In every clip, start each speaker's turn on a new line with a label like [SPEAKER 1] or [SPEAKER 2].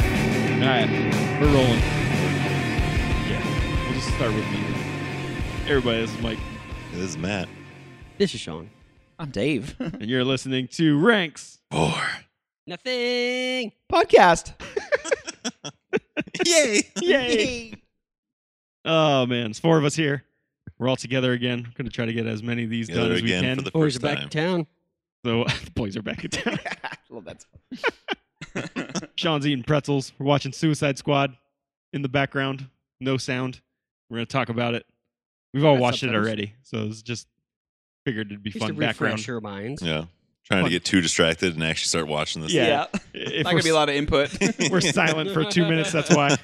[SPEAKER 1] All right, we're rolling. Yeah, we'll just start with me. Everybody, this is Mike,
[SPEAKER 2] This is Matt.
[SPEAKER 3] This is Sean.
[SPEAKER 4] I'm Dave.
[SPEAKER 1] and you're listening to Ranks.
[SPEAKER 2] Four.
[SPEAKER 3] Nothing.
[SPEAKER 4] Podcast.
[SPEAKER 2] Yay!
[SPEAKER 1] Yay! oh man, it's four of us here. We're all together again. We're gonna try to get as many of these done
[SPEAKER 2] Together
[SPEAKER 1] as we
[SPEAKER 2] again
[SPEAKER 1] can.
[SPEAKER 2] for the
[SPEAKER 3] Boys are
[SPEAKER 2] first
[SPEAKER 3] back
[SPEAKER 2] time.
[SPEAKER 3] in town.
[SPEAKER 1] so the boys are back in town.
[SPEAKER 4] well, that's
[SPEAKER 1] Sean's eating pretzels. We're watching Suicide Squad in the background. No sound. We're gonna talk about it. We've all
[SPEAKER 4] That's
[SPEAKER 1] watched it
[SPEAKER 4] something.
[SPEAKER 1] already, so it's just figured it'd be
[SPEAKER 3] Just
[SPEAKER 1] fun
[SPEAKER 3] to
[SPEAKER 1] background.
[SPEAKER 3] refresh your minds.
[SPEAKER 2] Yeah. Trying
[SPEAKER 1] Fun.
[SPEAKER 2] to get too distracted and actually start watching this.
[SPEAKER 1] Yeah.
[SPEAKER 4] yeah.
[SPEAKER 1] If
[SPEAKER 4] Not
[SPEAKER 1] we're
[SPEAKER 4] gonna be a lot of input.
[SPEAKER 2] thing.
[SPEAKER 1] we're silent for two minutes. That's why.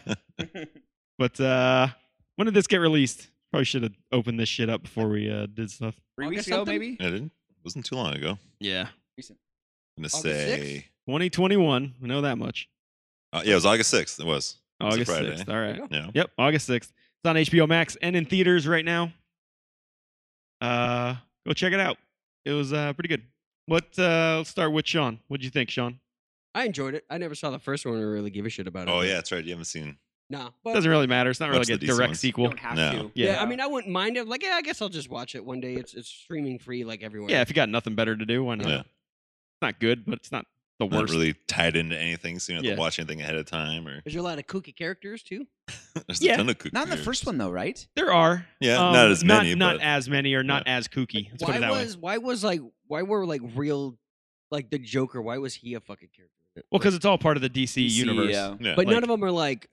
[SPEAKER 1] But uh when did this get released? Probably should have opened this shit up before we uh, did stuff.
[SPEAKER 4] Three weeks
[SPEAKER 3] August
[SPEAKER 4] ago,
[SPEAKER 3] something?
[SPEAKER 4] maybe.
[SPEAKER 2] I didn't. Wasn't too long ago.
[SPEAKER 1] Yeah.
[SPEAKER 2] I'm gonna
[SPEAKER 4] August
[SPEAKER 2] say.
[SPEAKER 1] 2021. We know that much.
[SPEAKER 2] Uh, yeah, it was August sixth. It was. It's a
[SPEAKER 1] August
[SPEAKER 2] Friday.
[SPEAKER 1] 6th. All right.
[SPEAKER 4] There you
[SPEAKER 2] Yeah.
[SPEAKER 1] Yep. August 6th. It's on HBO Max and in theaters right now. Uh, go check it out. It was uh, pretty good. What? Uh, let's start with Sean. What'd you think, Sean?
[SPEAKER 3] I enjoyed it. I never saw the first one to really give a shit about it.
[SPEAKER 2] Oh yeah, that's right. You haven't seen.
[SPEAKER 3] Nah. But
[SPEAKER 1] Doesn't really matter. It's not really
[SPEAKER 2] What's
[SPEAKER 1] like
[SPEAKER 2] the
[SPEAKER 1] a
[SPEAKER 2] decent
[SPEAKER 1] direct
[SPEAKER 2] one?
[SPEAKER 4] You
[SPEAKER 1] sequel.
[SPEAKER 4] don't have
[SPEAKER 2] No.
[SPEAKER 4] to.
[SPEAKER 1] Yeah.
[SPEAKER 3] yeah. I mean, I wouldn't mind it. Like, yeah, I guess I'll just watch it one day. It's it's streaming free, like everywhere.
[SPEAKER 1] Yeah, if you got nothing better to do, why not?
[SPEAKER 2] Yeah.
[SPEAKER 1] It's not good, but it's not the
[SPEAKER 2] Not
[SPEAKER 1] worst.
[SPEAKER 2] really tied into anything, so you don't have
[SPEAKER 1] Yeah.
[SPEAKER 2] to watch anything ahead of time. Or
[SPEAKER 3] There's a lot of kooky characters too.
[SPEAKER 2] there's
[SPEAKER 1] Yeah.
[SPEAKER 2] a ton of cookies.
[SPEAKER 4] Not in the first one though, right?
[SPEAKER 1] There are. um,
[SPEAKER 2] Yeah, not as many,
[SPEAKER 1] Not,
[SPEAKER 2] but-
[SPEAKER 1] as many or not as kooky. Let's put
[SPEAKER 3] why
[SPEAKER 1] it that way.
[SPEAKER 3] was why was like why were like real like the Joker? Why was he a fucking character?
[SPEAKER 1] Well, because it's all part of the DC,
[SPEAKER 4] DC,
[SPEAKER 1] universe.
[SPEAKER 4] yeah.
[SPEAKER 2] Yeah.
[SPEAKER 3] But
[SPEAKER 1] like-
[SPEAKER 3] none of them are like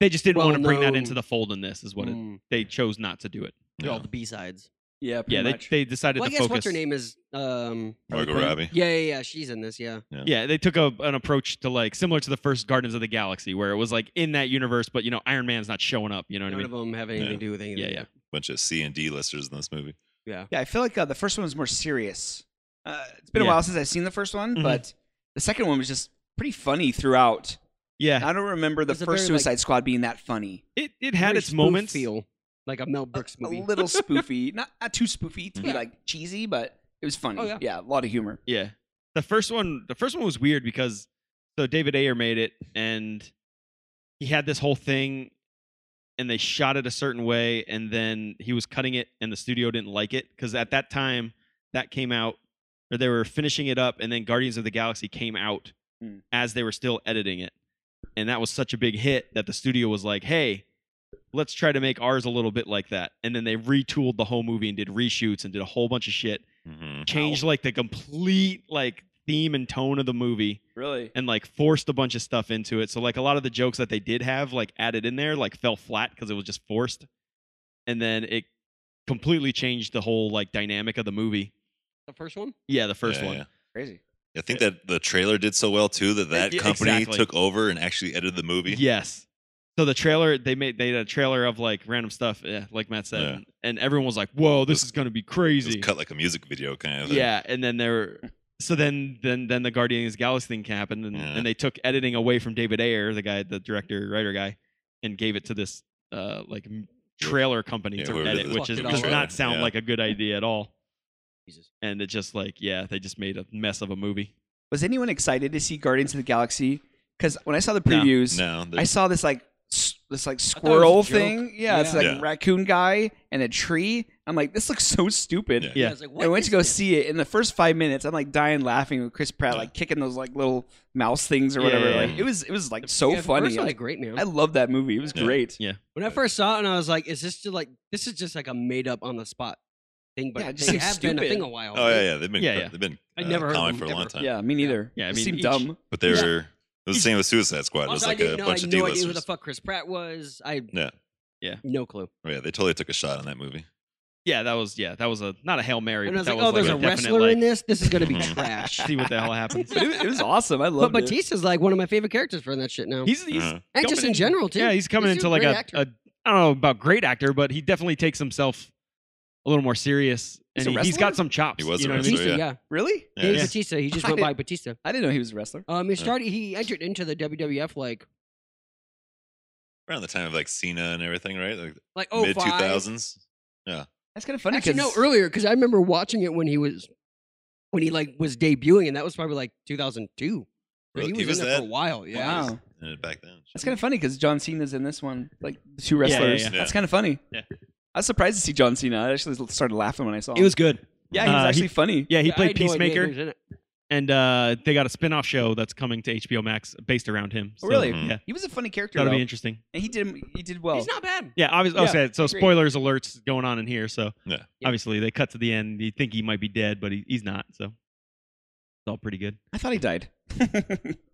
[SPEAKER 1] They just didn't want to bring that
[SPEAKER 3] well-known-
[SPEAKER 1] into the fold in this, is what it,
[SPEAKER 3] mm,
[SPEAKER 1] they chose not to do it.
[SPEAKER 3] all
[SPEAKER 2] yeah.
[SPEAKER 3] the B sides.
[SPEAKER 4] Yeah.
[SPEAKER 1] Yeah, they, they decided
[SPEAKER 3] Well, I
[SPEAKER 1] to
[SPEAKER 3] guess
[SPEAKER 1] focus.
[SPEAKER 3] what's her name is um
[SPEAKER 2] Margot
[SPEAKER 4] Harley Quinn?
[SPEAKER 2] Robbie.
[SPEAKER 3] yeah yeah yeah she's in this yeah
[SPEAKER 1] Yeah, they took a, an approach to like similar to the first Guardians of the Galaxy, where it was like in that universe, but you know Iron Man's not showing up. You know what
[SPEAKER 3] none
[SPEAKER 1] I
[SPEAKER 3] of
[SPEAKER 1] mean?
[SPEAKER 3] them have anything
[SPEAKER 2] Yeah.
[SPEAKER 3] to do with anything
[SPEAKER 1] Yeah, yeah.
[SPEAKER 2] Bunch of C and D listers in this movie.
[SPEAKER 4] Yeah, I feel like uh, the first one was more serious. Uh, it's been
[SPEAKER 1] Yeah.
[SPEAKER 4] a while since I've seen the first one,
[SPEAKER 1] Mhm.
[SPEAKER 4] but the second one was just pretty funny throughout.
[SPEAKER 1] Yeah,
[SPEAKER 4] I don't remember the
[SPEAKER 3] It's a
[SPEAKER 4] first
[SPEAKER 3] very, like-
[SPEAKER 4] Suicide Squad being that funny.
[SPEAKER 1] it it
[SPEAKER 3] Very
[SPEAKER 1] had its
[SPEAKER 3] spoof
[SPEAKER 1] moments.
[SPEAKER 3] feel like a Mel Brooks
[SPEAKER 4] A
[SPEAKER 3] movie
[SPEAKER 4] little spoofy, not not too spoofy to be
[SPEAKER 3] Yeah.
[SPEAKER 4] like cheesy, but it was funny.
[SPEAKER 3] Oh, yeah.
[SPEAKER 4] a lot of humor.
[SPEAKER 1] Yeah, the first one, the first one was weird because so David Ayer made it, and he had this whole thing, and they shot it a certain way, and then he was cutting it, and the studio didn't like it because at that time that came out, or they were finishing it up, and then Guardians of the Galaxy came out
[SPEAKER 4] Hmm.
[SPEAKER 1] as they were still editing it, and that was such a big hit that the studio was like, hey. Let's try to make ours a little bit like that. And then they retooled the whole movie and did reshoots and did a whole bunch of shit
[SPEAKER 2] hmm
[SPEAKER 1] changed like the complete like theme and tone of the movie
[SPEAKER 4] Really?
[SPEAKER 1] and like forced a bunch of stuff into it. So like a lot of the jokes that they did have like added in there like fell flat because it was just forced. And then it completely changed the whole like dynamic of the movie.
[SPEAKER 3] the first one
[SPEAKER 1] Yeah, the first
[SPEAKER 2] Yeah,
[SPEAKER 1] one.
[SPEAKER 2] yeah.
[SPEAKER 4] Crazy.
[SPEAKER 2] I think that the trailer did so well too that that
[SPEAKER 1] Yeah,
[SPEAKER 2] company
[SPEAKER 1] exactly.
[SPEAKER 2] took over and actually edited the movie.
[SPEAKER 1] Yes. So the trailer they made they had a trailer of like random stuff, yeah, like Matt said.
[SPEAKER 2] Yeah.
[SPEAKER 1] And, and everyone was like, Whoa, this
[SPEAKER 2] was-
[SPEAKER 1] is gonna be
[SPEAKER 2] It was
[SPEAKER 1] crazy.
[SPEAKER 2] cut like a music video kind of thing.
[SPEAKER 1] Yeah, and then there. So then, then, then the Guardians of the Galaxy thing happened, and,
[SPEAKER 2] Yeah.
[SPEAKER 1] and they took editing away from David Ayer, the guy, the director, writer guy, and gave it to this uh like m- trailer company
[SPEAKER 2] Yeah,
[SPEAKER 1] to
[SPEAKER 2] whoever
[SPEAKER 1] edit,
[SPEAKER 2] did the
[SPEAKER 1] which is
[SPEAKER 3] fucking
[SPEAKER 1] does
[SPEAKER 3] trailer,
[SPEAKER 1] not sound
[SPEAKER 2] yeah.
[SPEAKER 1] like a good idea at all.
[SPEAKER 3] Jesus
[SPEAKER 1] And it just like, yeah, they just made a mess of a movie.
[SPEAKER 4] Was anyone excited to see Guardians of the Galaxy? Because when I saw the
[SPEAKER 1] No.
[SPEAKER 4] previews,
[SPEAKER 2] No,
[SPEAKER 4] I
[SPEAKER 2] they're-
[SPEAKER 4] saw this like s- this like
[SPEAKER 3] thought it was a
[SPEAKER 4] squirrel
[SPEAKER 3] joke.
[SPEAKER 4] thing. Yeah, it's
[SPEAKER 3] Yeah.
[SPEAKER 4] like
[SPEAKER 2] Yeah.
[SPEAKER 4] raccoon guy and a tree. I'm like, this looks so stupid.
[SPEAKER 2] Yeah.
[SPEAKER 1] Yeah.
[SPEAKER 3] I was like,
[SPEAKER 4] I
[SPEAKER 3] what
[SPEAKER 4] went
[SPEAKER 3] is
[SPEAKER 4] to go
[SPEAKER 3] this?
[SPEAKER 4] see it. In the first five minutes, I'm like dying laughing with Chris Pratt
[SPEAKER 2] Yeah.
[SPEAKER 4] like kicking those like little mouse things or
[SPEAKER 1] Yeah,
[SPEAKER 4] whatever.
[SPEAKER 1] yeah,
[SPEAKER 4] like
[SPEAKER 2] yeah.
[SPEAKER 4] it was it was like so
[SPEAKER 3] Yeah, the
[SPEAKER 4] funny.
[SPEAKER 3] first one's
[SPEAKER 4] Like,
[SPEAKER 3] great man
[SPEAKER 4] I love that movie. It was
[SPEAKER 2] Yeah.
[SPEAKER 4] great.
[SPEAKER 1] Yeah.
[SPEAKER 3] when I first saw it and I was like is this just like this is just like a made up on the spot thing but
[SPEAKER 4] Yeah,
[SPEAKER 3] yeah,
[SPEAKER 4] it just
[SPEAKER 3] they
[SPEAKER 4] looks
[SPEAKER 3] have been a
[SPEAKER 4] stupid.
[SPEAKER 3] thing a while
[SPEAKER 2] Oh yeah, yeah. They've been
[SPEAKER 1] Yeah, yeah.
[SPEAKER 2] they've been
[SPEAKER 3] I
[SPEAKER 2] uh,
[SPEAKER 3] never heard of
[SPEAKER 2] comic
[SPEAKER 3] them
[SPEAKER 2] for a long
[SPEAKER 3] ever.
[SPEAKER 2] time.
[SPEAKER 4] Yeah, me neither.
[SPEAKER 1] Yeah, I
[SPEAKER 4] It
[SPEAKER 1] mean,
[SPEAKER 4] seemed
[SPEAKER 1] each-
[SPEAKER 4] dumb.
[SPEAKER 2] But they
[SPEAKER 3] Yeah.
[SPEAKER 2] were it was the same with Suicide Squad. It was
[SPEAKER 3] Also, I
[SPEAKER 2] like
[SPEAKER 3] didn't
[SPEAKER 2] a
[SPEAKER 3] know
[SPEAKER 2] bunch
[SPEAKER 3] I
[SPEAKER 2] of
[SPEAKER 3] had no idea who the
[SPEAKER 2] D-listers.
[SPEAKER 3] fuck Chris Pratt was I
[SPEAKER 2] Yeah.
[SPEAKER 1] Yeah.
[SPEAKER 3] no clue
[SPEAKER 2] Oh, yeah, they totally took a shot on that movie.
[SPEAKER 1] Yeah, that was yeah, that was a not a hail mary.
[SPEAKER 3] and I was
[SPEAKER 1] but
[SPEAKER 3] like
[SPEAKER 1] that
[SPEAKER 3] oh
[SPEAKER 1] was
[SPEAKER 3] there's
[SPEAKER 1] like
[SPEAKER 3] a
[SPEAKER 1] a definite,
[SPEAKER 3] wrestler
[SPEAKER 1] like,
[SPEAKER 3] in this this is gonna be
[SPEAKER 2] Mhm.
[SPEAKER 3] trash
[SPEAKER 1] See what the hell happens.
[SPEAKER 4] But it, was- it was awesome. I
[SPEAKER 3] but
[SPEAKER 4] loved it.
[SPEAKER 3] Batista's like one of my favorite characters for that shit now
[SPEAKER 1] He's he's
[SPEAKER 2] Uh-huh.
[SPEAKER 3] and just in
[SPEAKER 1] coming-
[SPEAKER 3] general too
[SPEAKER 1] yeah, he's coming
[SPEAKER 3] He's
[SPEAKER 1] into
[SPEAKER 3] a
[SPEAKER 1] like
[SPEAKER 3] great
[SPEAKER 1] a,
[SPEAKER 3] actor.
[SPEAKER 1] a I don't know about great actor, but he definitely takes himself a little more serious,
[SPEAKER 4] He's
[SPEAKER 1] and
[SPEAKER 4] a
[SPEAKER 1] he, has
[SPEAKER 4] wrestler?
[SPEAKER 1] got some chops.
[SPEAKER 2] He was
[SPEAKER 1] you
[SPEAKER 2] a
[SPEAKER 1] know what I mean?
[SPEAKER 2] wrestler,
[SPEAKER 3] Batista
[SPEAKER 2] yeah.
[SPEAKER 3] yeah,
[SPEAKER 4] Really?
[SPEAKER 2] Yeah,
[SPEAKER 3] Dave
[SPEAKER 2] yeah.
[SPEAKER 3] Batista he just went by Batista
[SPEAKER 4] I didn't know he was a wrestler.
[SPEAKER 3] Um, he
[SPEAKER 2] Yeah.
[SPEAKER 3] started. He entered into the WWF like
[SPEAKER 2] around the time of like Cena and everything, right? Like
[SPEAKER 3] like oh
[SPEAKER 2] mid two thousands.
[SPEAKER 4] That's kind of funny.
[SPEAKER 3] Actually, no,
[SPEAKER 4] 'cause-
[SPEAKER 3] earlier because I remember watching it when he was when he like was debuting, and that was probably like 2002. But
[SPEAKER 2] Really?
[SPEAKER 3] He was, in there for a while. Yeah.
[SPEAKER 4] Wow.
[SPEAKER 2] in it Uh, back then.
[SPEAKER 4] That's kind of funny because John Cena's in this one, like the two
[SPEAKER 1] yeah,
[SPEAKER 4] wrestlers.
[SPEAKER 1] yeah.
[SPEAKER 4] That's kind of funny.
[SPEAKER 1] Yeah.
[SPEAKER 4] I was surprised to see John Cena. I actually started laughing when I saw him.
[SPEAKER 1] It was good.
[SPEAKER 4] yeah, he was
[SPEAKER 1] uh,
[SPEAKER 4] actually
[SPEAKER 1] he-
[SPEAKER 4] funny.
[SPEAKER 1] Yeah, he
[SPEAKER 3] I
[SPEAKER 1] played
[SPEAKER 3] had no idea
[SPEAKER 1] Peacemaker,
[SPEAKER 3] he was in it.
[SPEAKER 1] and uh, they got a spin-off show that's coming to HBO Max based around him.
[SPEAKER 4] Oh, really?
[SPEAKER 2] Mm-hmm.
[SPEAKER 1] Yeah,
[SPEAKER 4] He was a funny character.
[SPEAKER 1] that'll
[SPEAKER 4] though.
[SPEAKER 1] be interesting.
[SPEAKER 4] and he did he did well.
[SPEAKER 3] He's not bad.
[SPEAKER 1] Yeah, obviously.
[SPEAKER 4] Yeah,
[SPEAKER 1] okay, so
[SPEAKER 4] agree.
[SPEAKER 1] spoilers alerts going on in here. So
[SPEAKER 2] Yeah.
[SPEAKER 3] Yeah.
[SPEAKER 1] obviously they cut to the end. You think he might be dead, but he, he's not. So it's all pretty good.
[SPEAKER 4] I thought he died.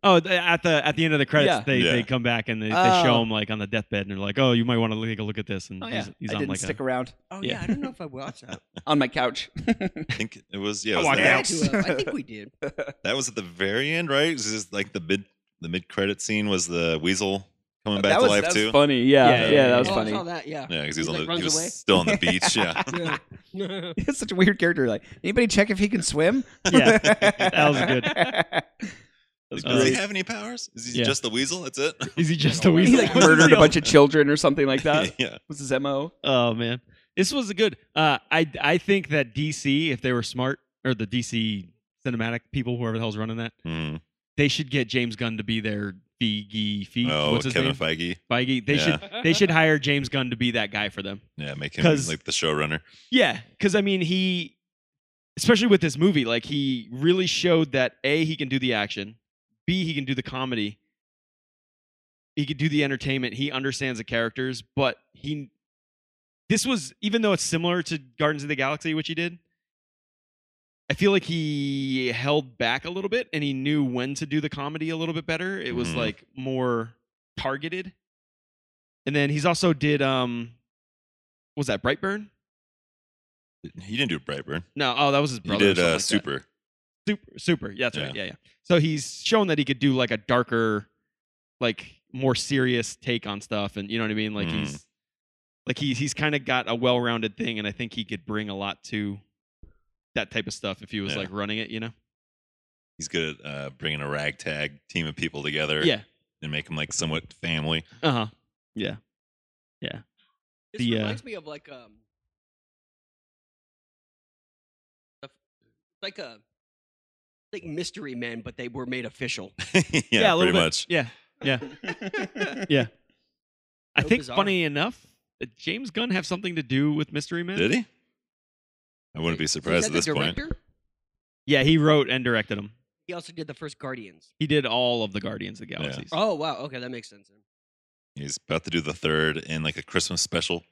[SPEAKER 1] Oh, th- at the at the end of the credits,
[SPEAKER 4] Yeah.
[SPEAKER 1] they,
[SPEAKER 2] Yeah.
[SPEAKER 1] they come back and they, they
[SPEAKER 4] Oh.
[SPEAKER 1] show him like on the deathbed, and they're like, "Oh, you might want to take a look at this." And
[SPEAKER 4] oh yeah,
[SPEAKER 1] he's, he's
[SPEAKER 4] I
[SPEAKER 1] on
[SPEAKER 4] didn't
[SPEAKER 1] like
[SPEAKER 4] stick
[SPEAKER 1] a,
[SPEAKER 4] around
[SPEAKER 3] Oh yeah, I don't know if I watched that.
[SPEAKER 4] on my couch.
[SPEAKER 2] I think it was
[SPEAKER 1] I
[SPEAKER 2] yeah. It was
[SPEAKER 1] watched
[SPEAKER 2] that,
[SPEAKER 3] Yeah, I
[SPEAKER 4] Yes.
[SPEAKER 3] do have- I think we did.
[SPEAKER 2] that was at the very end, right? It was just like the mid the mid credit scene was the weasel coming back
[SPEAKER 4] that
[SPEAKER 2] to
[SPEAKER 4] was,
[SPEAKER 2] life
[SPEAKER 4] that was
[SPEAKER 2] too.
[SPEAKER 4] funny.
[SPEAKER 1] Yeah,
[SPEAKER 4] Yeah, yeah,
[SPEAKER 1] yeah, yeah.
[SPEAKER 4] that was
[SPEAKER 3] oh, I saw
[SPEAKER 4] funny.
[SPEAKER 3] that. Yeah.
[SPEAKER 2] Yeah, because
[SPEAKER 3] He,
[SPEAKER 2] he's on
[SPEAKER 3] like,
[SPEAKER 2] the he
[SPEAKER 3] runs away.
[SPEAKER 2] was still on the beach. Yeah,
[SPEAKER 3] yeah.
[SPEAKER 4] He's such a weird character. Like, anybody check if he can swim?
[SPEAKER 1] Yeah, that was good.
[SPEAKER 4] was
[SPEAKER 2] does he
[SPEAKER 1] great.
[SPEAKER 2] have any powers? Is he
[SPEAKER 1] Yeah.
[SPEAKER 2] just the weasel? That's it.
[SPEAKER 1] Is he just a weasel?
[SPEAKER 4] he like
[SPEAKER 1] What's his
[SPEAKER 4] murdered a
[SPEAKER 1] deal?
[SPEAKER 4] bunch of children or something like that.
[SPEAKER 2] yeah,
[SPEAKER 4] Was his mo?
[SPEAKER 1] Oh man, this was a good. Uh, I I think that DC, if they were smart, or the DC cinematic people, whoever the hell's running that,
[SPEAKER 2] Mm.
[SPEAKER 1] they should get James Gunn to be their Feige. Feige
[SPEAKER 2] Oh,
[SPEAKER 1] what's his
[SPEAKER 2] Kevin
[SPEAKER 1] name?
[SPEAKER 2] Feige.
[SPEAKER 1] Feige. They
[SPEAKER 2] Yeah.
[SPEAKER 1] should they should hire James Gunn to be that guy for them.
[SPEAKER 2] Yeah, make him
[SPEAKER 1] 'Cause-
[SPEAKER 2] like the showrunner.
[SPEAKER 1] Yeah, because I mean he, especially with this movie, like he really showed that a he can do the action, b he can do the comedy, he could do the entertainment. He understands the characters, but he, this was even though it's similar to Gardens of the Galaxy, which he did. I feel like he held back a little bit, and he knew when to do the comedy a little bit better. It was
[SPEAKER 2] Mhm.
[SPEAKER 1] like more targeted, and then he's also did um, what was that Brightburn?
[SPEAKER 2] He didn't do Brightburn.
[SPEAKER 1] No, oh, that was his
[SPEAKER 2] He
[SPEAKER 1] brother. or
[SPEAKER 2] did
[SPEAKER 1] something
[SPEAKER 2] uh,
[SPEAKER 1] like that.
[SPEAKER 2] Super.
[SPEAKER 1] super, super. Yeah, that's right. Yeah, yeah. So he's shown that he could do like a darker, like more serious take on stuff, and you know what I mean. Like
[SPEAKER 2] Mm.
[SPEAKER 1] he's, like he's he's kind of got a well-rounded thing, and I think he could bring a lot to that type of stuff if he was
[SPEAKER 2] Yeah.
[SPEAKER 1] like running it. You know?
[SPEAKER 2] He's good at uh, bringing a ragtag team of people together.
[SPEAKER 1] Yeah.
[SPEAKER 2] and make them like somewhat family.
[SPEAKER 1] Uh huh. Yeah.
[SPEAKER 3] This
[SPEAKER 1] The, uh,
[SPEAKER 3] reminds me of like um, a- like a like mystery men, but they were made official.
[SPEAKER 2] yeah,
[SPEAKER 1] Yeah, a little
[SPEAKER 2] pretty
[SPEAKER 1] bit.
[SPEAKER 2] much.
[SPEAKER 1] Yeah. I
[SPEAKER 3] So
[SPEAKER 1] think
[SPEAKER 3] bizarre.
[SPEAKER 1] funny enough, did James Gunn have something to do with Mystery Men?
[SPEAKER 2] Did he? I wouldn't be
[SPEAKER 3] Is
[SPEAKER 2] surprised
[SPEAKER 3] that
[SPEAKER 2] at this
[SPEAKER 3] the
[SPEAKER 2] point.
[SPEAKER 3] director?
[SPEAKER 1] Yeah, he wrote and directed him.
[SPEAKER 3] He also did the first Guardians.
[SPEAKER 1] He did all of the Guardians of the
[SPEAKER 2] Yeah.
[SPEAKER 1] Galaxy.
[SPEAKER 3] Oh wow, okay, that makes sense. Then.
[SPEAKER 2] He's about to do the third in like a Christmas special.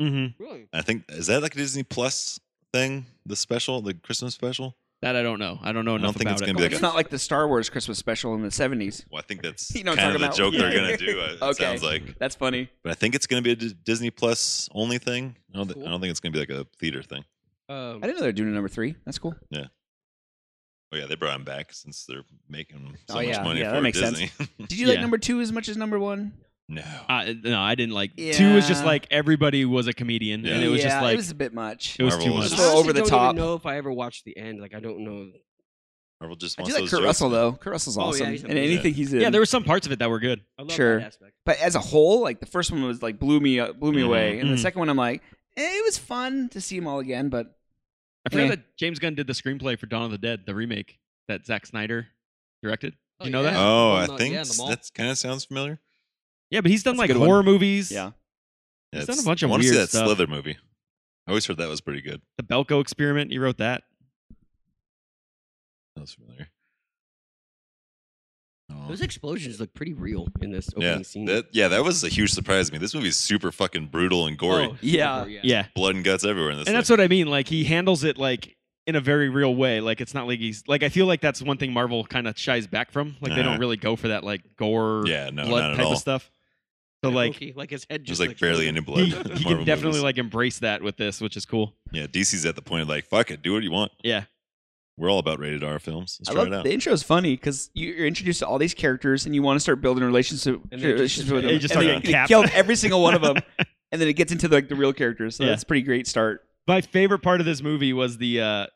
[SPEAKER 1] Mm-hmm.
[SPEAKER 3] Really?
[SPEAKER 2] I think is that like a Disney Plus thing? The special, the Christmas special.
[SPEAKER 1] That I don't know. I don't know
[SPEAKER 2] I don't
[SPEAKER 1] enough
[SPEAKER 2] think it's
[SPEAKER 1] about it.
[SPEAKER 2] gonna be like
[SPEAKER 4] Oh, It's not like the Star Wars Christmas special in the '70s.
[SPEAKER 2] Well, I think that's
[SPEAKER 4] You know what I'm
[SPEAKER 2] kind of the
[SPEAKER 4] talking
[SPEAKER 2] joke
[SPEAKER 4] about.
[SPEAKER 2] they're gonna
[SPEAKER 4] Yeah.
[SPEAKER 2] do. uh, It
[SPEAKER 4] Okay.
[SPEAKER 2] sounds like,
[SPEAKER 4] That's funny.
[SPEAKER 2] but I think it's gonna be a D- Disney Plus only thing. I don't, thi-
[SPEAKER 3] Cool.
[SPEAKER 2] I don't think it's gonna be like a theater thing.
[SPEAKER 3] Um,
[SPEAKER 4] I didn't know they're doing a number three. That's cool.
[SPEAKER 2] Oh yeah, they brought him back since they're making so
[SPEAKER 4] Oh,
[SPEAKER 2] much
[SPEAKER 4] yeah.
[SPEAKER 2] money
[SPEAKER 4] Yeah,
[SPEAKER 2] for
[SPEAKER 4] that makes sense.
[SPEAKER 2] Disney.
[SPEAKER 4] Did you like
[SPEAKER 1] Yeah.
[SPEAKER 4] number two as much as number one?
[SPEAKER 2] no,
[SPEAKER 1] I, no, I didn't like. Two was just
[SPEAKER 4] Yeah.
[SPEAKER 1] like everybody was a comedian, and it was
[SPEAKER 4] yeah,
[SPEAKER 1] just like
[SPEAKER 4] it was a bit much.
[SPEAKER 1] it was
[SPEAKER 2] Marvel
[SPEAKER 1] too
[SPEAKER 2] was
[SPEAKER 1] much.
[SPEAKER 4] So
[SPEAKER 3] I honestly
[SPEAKER 4] over the
[SPEAKER 3] don't
[SPEAKER 4] top.
[SPEAKER 3] Even know if I ever watched the end. Like I don't know.
[SPEAKER 2] Marvel just
[SPEAKER 4] I
[SPEAKER 2] wants
[SPEAKER 4] do like
[SPEAKER 2] those
[SPEAKER 4] Kurt
[SPEAKER 2] jokes.
[SPEAKER 4] Russell though. Kurt Russell's
[SPEAKER 3] Oh, yeah,
[SPEAKER 4] awesome,
[SPEAKER 3] he's
[SPEAKER 4] and
[SPEAKER 3] amazing.
[SPEAKER 4] anything he's in.
[SPEAKER 1] Yeah, there were some parts of it that were good.
[SPEAKER 3] I love
[SPEAKER 4] Sure.
[SPEAKER 3] that aspect.
[SPEAKER 4] but as a whole, like the first one was like blew me uh, blew me
[SPEAKER 2] Mhm.
[SPEAKER 4] away, and the
[SPEAKER 1] Mhm.
[SPEAKER 4] second one I'm like, eh, it was fun to see them all again, but
[SPEAKER 1] I forgot
[SPEAKER 4] Yeah.
[SPEAKER 1] that James Gunn did the screenplay for Dawn of the Dead, the remake that Zack Snyder directed.
[SPEAKER 3] Oh,
[SPEAKER 1] Do you know
[SPEAKER 3] yeah.
[SPEAKER 1] that?
[SPEAKER 2] Oh,
[SPEAKER 3] Yeah,
[SPEAKER 2] I
[SPEAKER 3] the-
[SPEAKER 2] think
[SPEAKER 3] yeah, the mall.
[SPEAKER 2] that kind of sounds familiar.
[SPEAKER 1] Yeah, but he's done
[SPEAKER 4] That's a
[SPEAKER 1] like
[SPEAKER 4] good one.
[SPEAKER 1] horror movies.
[SPEAKER 4] yeah,
[SPEAKER 1] He's
[SPEAKER 2] That's-
[SPEAKER 1] done a bunch of
[SPEAKER 2] I wanna see
[SPEAKER 1] weird
[SPEAKER 2] that
[SPEAKER 1] stuff.
[SPEAKER 2] Slither movie. I always heard that was pretty good.
[SPEAKER 1] the Belko Experiment. He wrote that.
[SPEAKER 2] That was familiar.
[SPEAKER 3] Those explosions look pretty real in this opening
[SPEAKER 2] yeah,
[SPEAKER 3] scene.
[SPEAKER 2] that yeah, that was a huge surprise to me. This movie's super fucking brutal and gory.
[SPEAKER 3] Oh,
[SPEAKER 4] Yeah.
[SPEAKER 3] super,
[SPEAKER 1] Yeah,
[SPEAKER 2] Blood and guts everywhere in this.
[SPEAKER 1] and that's
[SPEAKER 2] thing.
[SPEAKER 1] what I mean. Like he handles it like in a very real way. Like it's not like he's like I feel like that's one thing Marvel kind of shies back from. Like they
[SPEAKER 2] Uh-huh.
[SPEAKER 1] don't really go for that like gore,
[SPEAKER 2] yeah, no,
[SPEAKER 1] blood
[SPEAKER 2] not at
[SPEAKER 1] type
[SPEAKER 2] all.
[SPEAKER 1] of stuff. So like
[SPEAKER 3] Loki, like his head
[SPEAKER 2] There's
[SPEAKER 3] just
[SPEAKER 2] like barely any blood.
[SPEAKER 3] exploded.
[SPEAKER 1] he,
[SPEAKER 2] in
[SPEAKER 1] he
[SPEAKER 2] the
[SPEAKER 1] can
[SPEAKER 2] Marvel
[SPEAKER 1] definitely
[SPEAKER 2] movies.
[SPEAKER 1] like embrace that with this, which is cool.
[SPEAKER 2] yeah. DC's at the point of like, fuck it, do what you want.
[SPEAKER 1] Yeah.
[SPEAKER 2] We're all about rated R films. Let's
[SPEAKER 4] I
[SPEAKER 2] try
[SPEAKER 4] love
[SPEAKER 2] it out.
[SPEAKER 4] the intro is funny because you're introduced to all these characters and you want to start building a relationship,
[SPEAKER 3] And they just-
[SPEAKER 4] relationship with
[SPEAKER 1] they
[SPEAKER 4] them.
[SPEAKER 1] just
[SPEAKER 4] and
[SPEAKER 2] start
[SPEAKER 4] they,
[SPEAKER 1] getting
[SPEAKER 4] they
[SPEAKER 1] capped.
[SPEAKER 4] killed every single one of them, and then it gets into like the real characters. So
[SPEAKER 1] Yeah.
[SPEAKER 4] that's a pretty great start.
[SPEAKER 1] My favorite part of this movie was the uh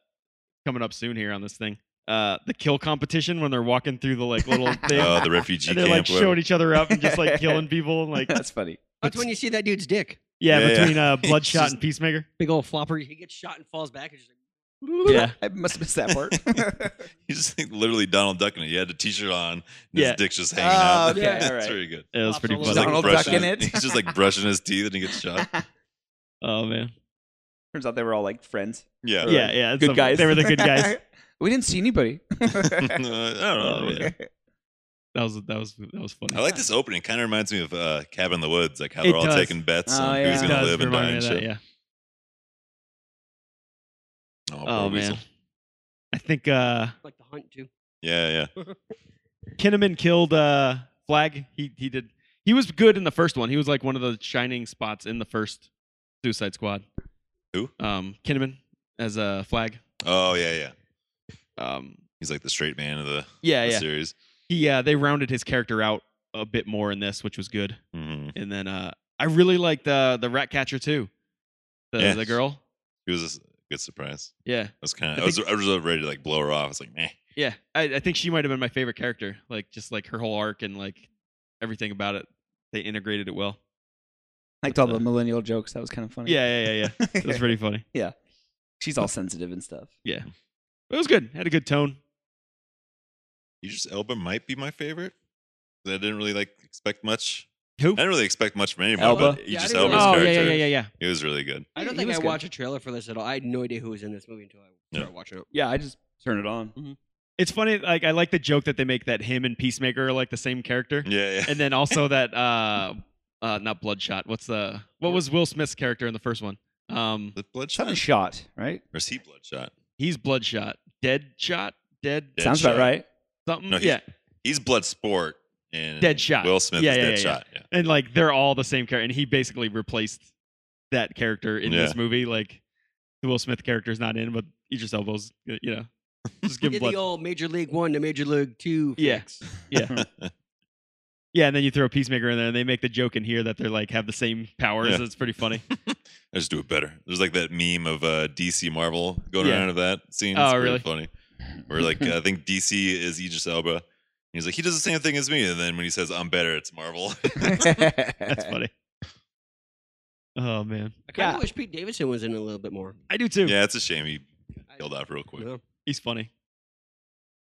[SPEAKER 1] coming up soon here on this thing. Uh the kill competition when they're walking through the like little thing.
[SPEAKER 2] Oh, the refugee
[SPEAKER 1] and they're like
[SPEAKER 2] camp. whatever.
[SPEAKER 1] showing each other up and just like killing people and like
[SPEAKER 4] That's funny.
[SPEAKER 3] That's when you see that dude's dick.
[SPEAKER 1] yeah,
[SPEAKER 2] Yeah, yeah.
[SPEAKER 1] between uh bloodshot
[SPEAKER 2] just-
[SPEAKER 1] and peacemaker.
[SPEAKER 3] Big old flopper. He gets shot and falls back. And just
[SPEAKER 1] Yeah.
[SPEAKER 4] I must have missed that part.
[SPEAKER 2] You just think literally Donald Duck in it. You had a T-shirt on. And
[SPEAKER 1] Yeah.
[SPEAKER 2] His dick's just hanging
[SPEAKER 4] Oh,
[SPEAKER 2] out.
[SPEAKER 4] okay,
[SPEAKER 2] it's
[SPEAKER 4] all right.
[SPEAKER 2] very good.
[SPEAKER 1] It was pretty
[SPEAKER 3] Absolutely.
[SPEAKER 1] fun.
[SPEAKER 2] He's
[SPEAKER 4] Donald
[SPEAKER 2] brushing
[SPEAKER 4] Duck in
[SPEAKER 2] his-
[SPEAKER 4] it?
[SPEAKER 2] He's just like brushing his teeth and he gets shot.
[SPEAKER 1] oh man.
[SPEAKER 4] Turns out they were all like friends.
[SPEAKER 2] Yeah.
[SPEAKER 1] Yeah, yeah. it's
[SPEAKER 4] Good
[SPEAKER 1] some-
[SPEAKER 4] guys.
[SPEAKER 1] They were the good guys.
[SPEAKER 4] we didn't see anybody.
[SPEAKER 2] Uh, I don't know.
[SPEAKER 1] Oh, yeah. That was that was that was funny.
[SPEAKER 2] I like this opening. Kind of reminds me of uh, Cabin in the Woods, like how
[SPEAKER 1] It
[SPEAKER 2] they're all
[SPEAKER 1] does.
[SPEAKER 2] taking bets
[SPEAKER 4] Oh,
[SPEAKER 2] on
[SPEAKER 4] yeah.
[SPEAKER 2] who's
[SPEAKER 1] It
[SPEAKER 2] going to
[SPEAKER 1] does
[SPEAKER 2] live and die
[SPEAKER 1] remind me
[SPEAKER 2] and
[SPEAKER 1] of
[SPEAKER 2] shit.
[SPEAKER 1] that, yeah.
[SPEAKER 2] Oh,
[SPEAKER 1] Oh,
[SPEAKER 2] poor
[SPEAKER 1] man.
[SPEAKER 2] Weasel.
[SPEAKER 1] I think uh
[SPEAKER 3] like the hunt too.
[SPEAKER 2] Yeah, yeah.
[SPEAKER 1] Kinnaman killed uh Flag. He he did he was good in the first one. He was like one of the shining spots in the first Suicide Squad.
[SPEAKER 2] Who?
[SPEAKER 1] Um Kinnaman as a flag.
[SPEAKER 2] Oh, yeah, yeah.
[SPEAKER 1] Um
[SPEAKER 2] He's like the straight man of the,
[SPEAKER 1] yeah,
[SPEAKER 2] the
[SPEAKER 1] yeah.
[SPEAKER 2] series.
[SPEAKER 1] He uh they rounded his character out a bit more in this, which was good.
[SPEAKER 2] hmm
[SPEAKER 1] And then uh I really liked uh, the the rat catcher too. The
[SPEAKER 2] Yeah.
[SPEAKER 1] the girl.
[SPEAKER 2] It was a s- good surprise.
[SPEAKER 1] Yeah.
[SPEAKER 2] I was kind
[SPEAKER 1] I
[SPEAKER 2] of, I, was, I was ready to like blow her off. I was like, meh.
[SPEAKER 1] Yeah. I, I think she might have been my favorite character. Like just like her whole arc and like everything about it. They integrated it well.
[SPEAKER 4] Liked all the millennial jokes. That was kind of funny.
[SPEAKER 1] Yeah, yeah, yeah, yeah. It was pretty funny.
[SPEAKER 4] She's all sensitive and stuff.
[SPEAKER 1] It was good. Had a good tone.
[SPEAKER 2] Idris Elba might be my favorite. 'Cause I didn't really like expect much.
[SPEAKER 1] Who?
[SPEAKER 2] I didn't really expect much from anyone.
[SPEAKER 4] Elba?
[SPEAKER 2] But
[SPEAKER 3] Yeah, I
[SPEAKER 2] Idris
[SPEAKER 3] didn't
[SPEAKER 2] Elba's
[SPEAKER 3] really-
[SPEAKER 1] Oh
[SPEAKER 2] character,
[SPEAKER 1] yeah, yeah, yeah, yeah.
[SPEAKER 2] he was really good.
[SPEAKER 3] I don't
[SPEAKER 4] He
[SPEAKER 3] think
[SPEAKER 4] was
[SPEAKER 3] I
[SPEAKER 4] good.
[SPEAKER 3] watched a trailer for this at all. I had no idea who was in this movie until I
[SPEAKER 2] Yeah.
[SPEAKER 3] started watching it.
[SPEAKER 4] Yeah, I just turn it on.
[SPEAKER 1] It's funny. Like I like the joke that they make that him and Peacemaker are like the same character,
[SPEAKER 2] Yeah, yeah.
[SPEAKER 1] and then also that uh, uh, not Bloodshot. What's the what was Will Smith's character in the first one? Um,
[SPEAKER 2] the
[SPEAKER 4] Shot
[SPEAKER 2] bloodshot,
[SPEAKER 4] and shot, right?
[SPEAKER 2] or is he bloodshot?
[SPEAKER 1] he's Bloodshot, Dead Shot, Dead
[SPEAKER 2] Dead
[SPEAKER 4] Sounds
[SPEAKER 2] shot.
[SPEAKER 4] about right.
[SPEAKER 1] something.
[SPEAKER 2] No, he's-
[SPEAKER 1] yeah,
[SPEAKER 2] He's blood sport and
[SPEAKER 1] Dead shot.
[SPEAKER 2] Will Smith
[SPEAKER 1] Yeah,
[SPEAKER 2] is
[SPEAKER 1] yeah,
[SPEAKER 2] dead
[SPEAKER 1] yeah, yeah.
[SPEAKER 2] shot. Yeah.
[SPEAKER 1] and like they're all the same character, and he basically replaced that character in this
[SPEAKER 2] Yeah.
[SPEAKER 1] movie. Like the Will Smith character is not in, but Idris Elba's, you know, just give him
[SPEAKER 3] Did
[SPEAKER 1] blood.
[SPEAKER 3] the old Major League One to Major League Two.
[SPEAKER 1] Yeah.
[SPEAKER 3] fix.
[SPEAKER 1] Yeah. yeah, and then you throw Peacemaker in there, and they make the joke in here that they're like have the same powers.
[SPEAKER 2] Yeah.
[SPEAKER 1] It's pretty funny.
[SPEAKER 2] I just do it better. There's like that meme of uh, DC Marvel going
[SPEAKER 1] Yeah.
[SPEAKER 2] around of that scene.
[SPEAKER 1] Oh,
[SPEAKER 2] It's pretty
[SPEAKER 1] really?
[SPEAKER 2] funny. Where like uh, I think DC is Idris Elba. And he's like he does the same thing as me, and then when he says I'm better, it's Marvel.
[SPEAKER 1] That's funny. Oh man,
[SPEAKER 3] I kind of
[SPEAKER 4] Yeah.
[SPEAKER 3] wish Pete Davidson was in a little bit more.
[SPEAKER 1] I do too.
[SPEAKER 2] yeah, it's a shame he
[SPEAKER 3] I-
[SPEAKER 2] killed off real quick.
[SPEAKER 3] Yeah.
[SPEAKER 1] He's funny.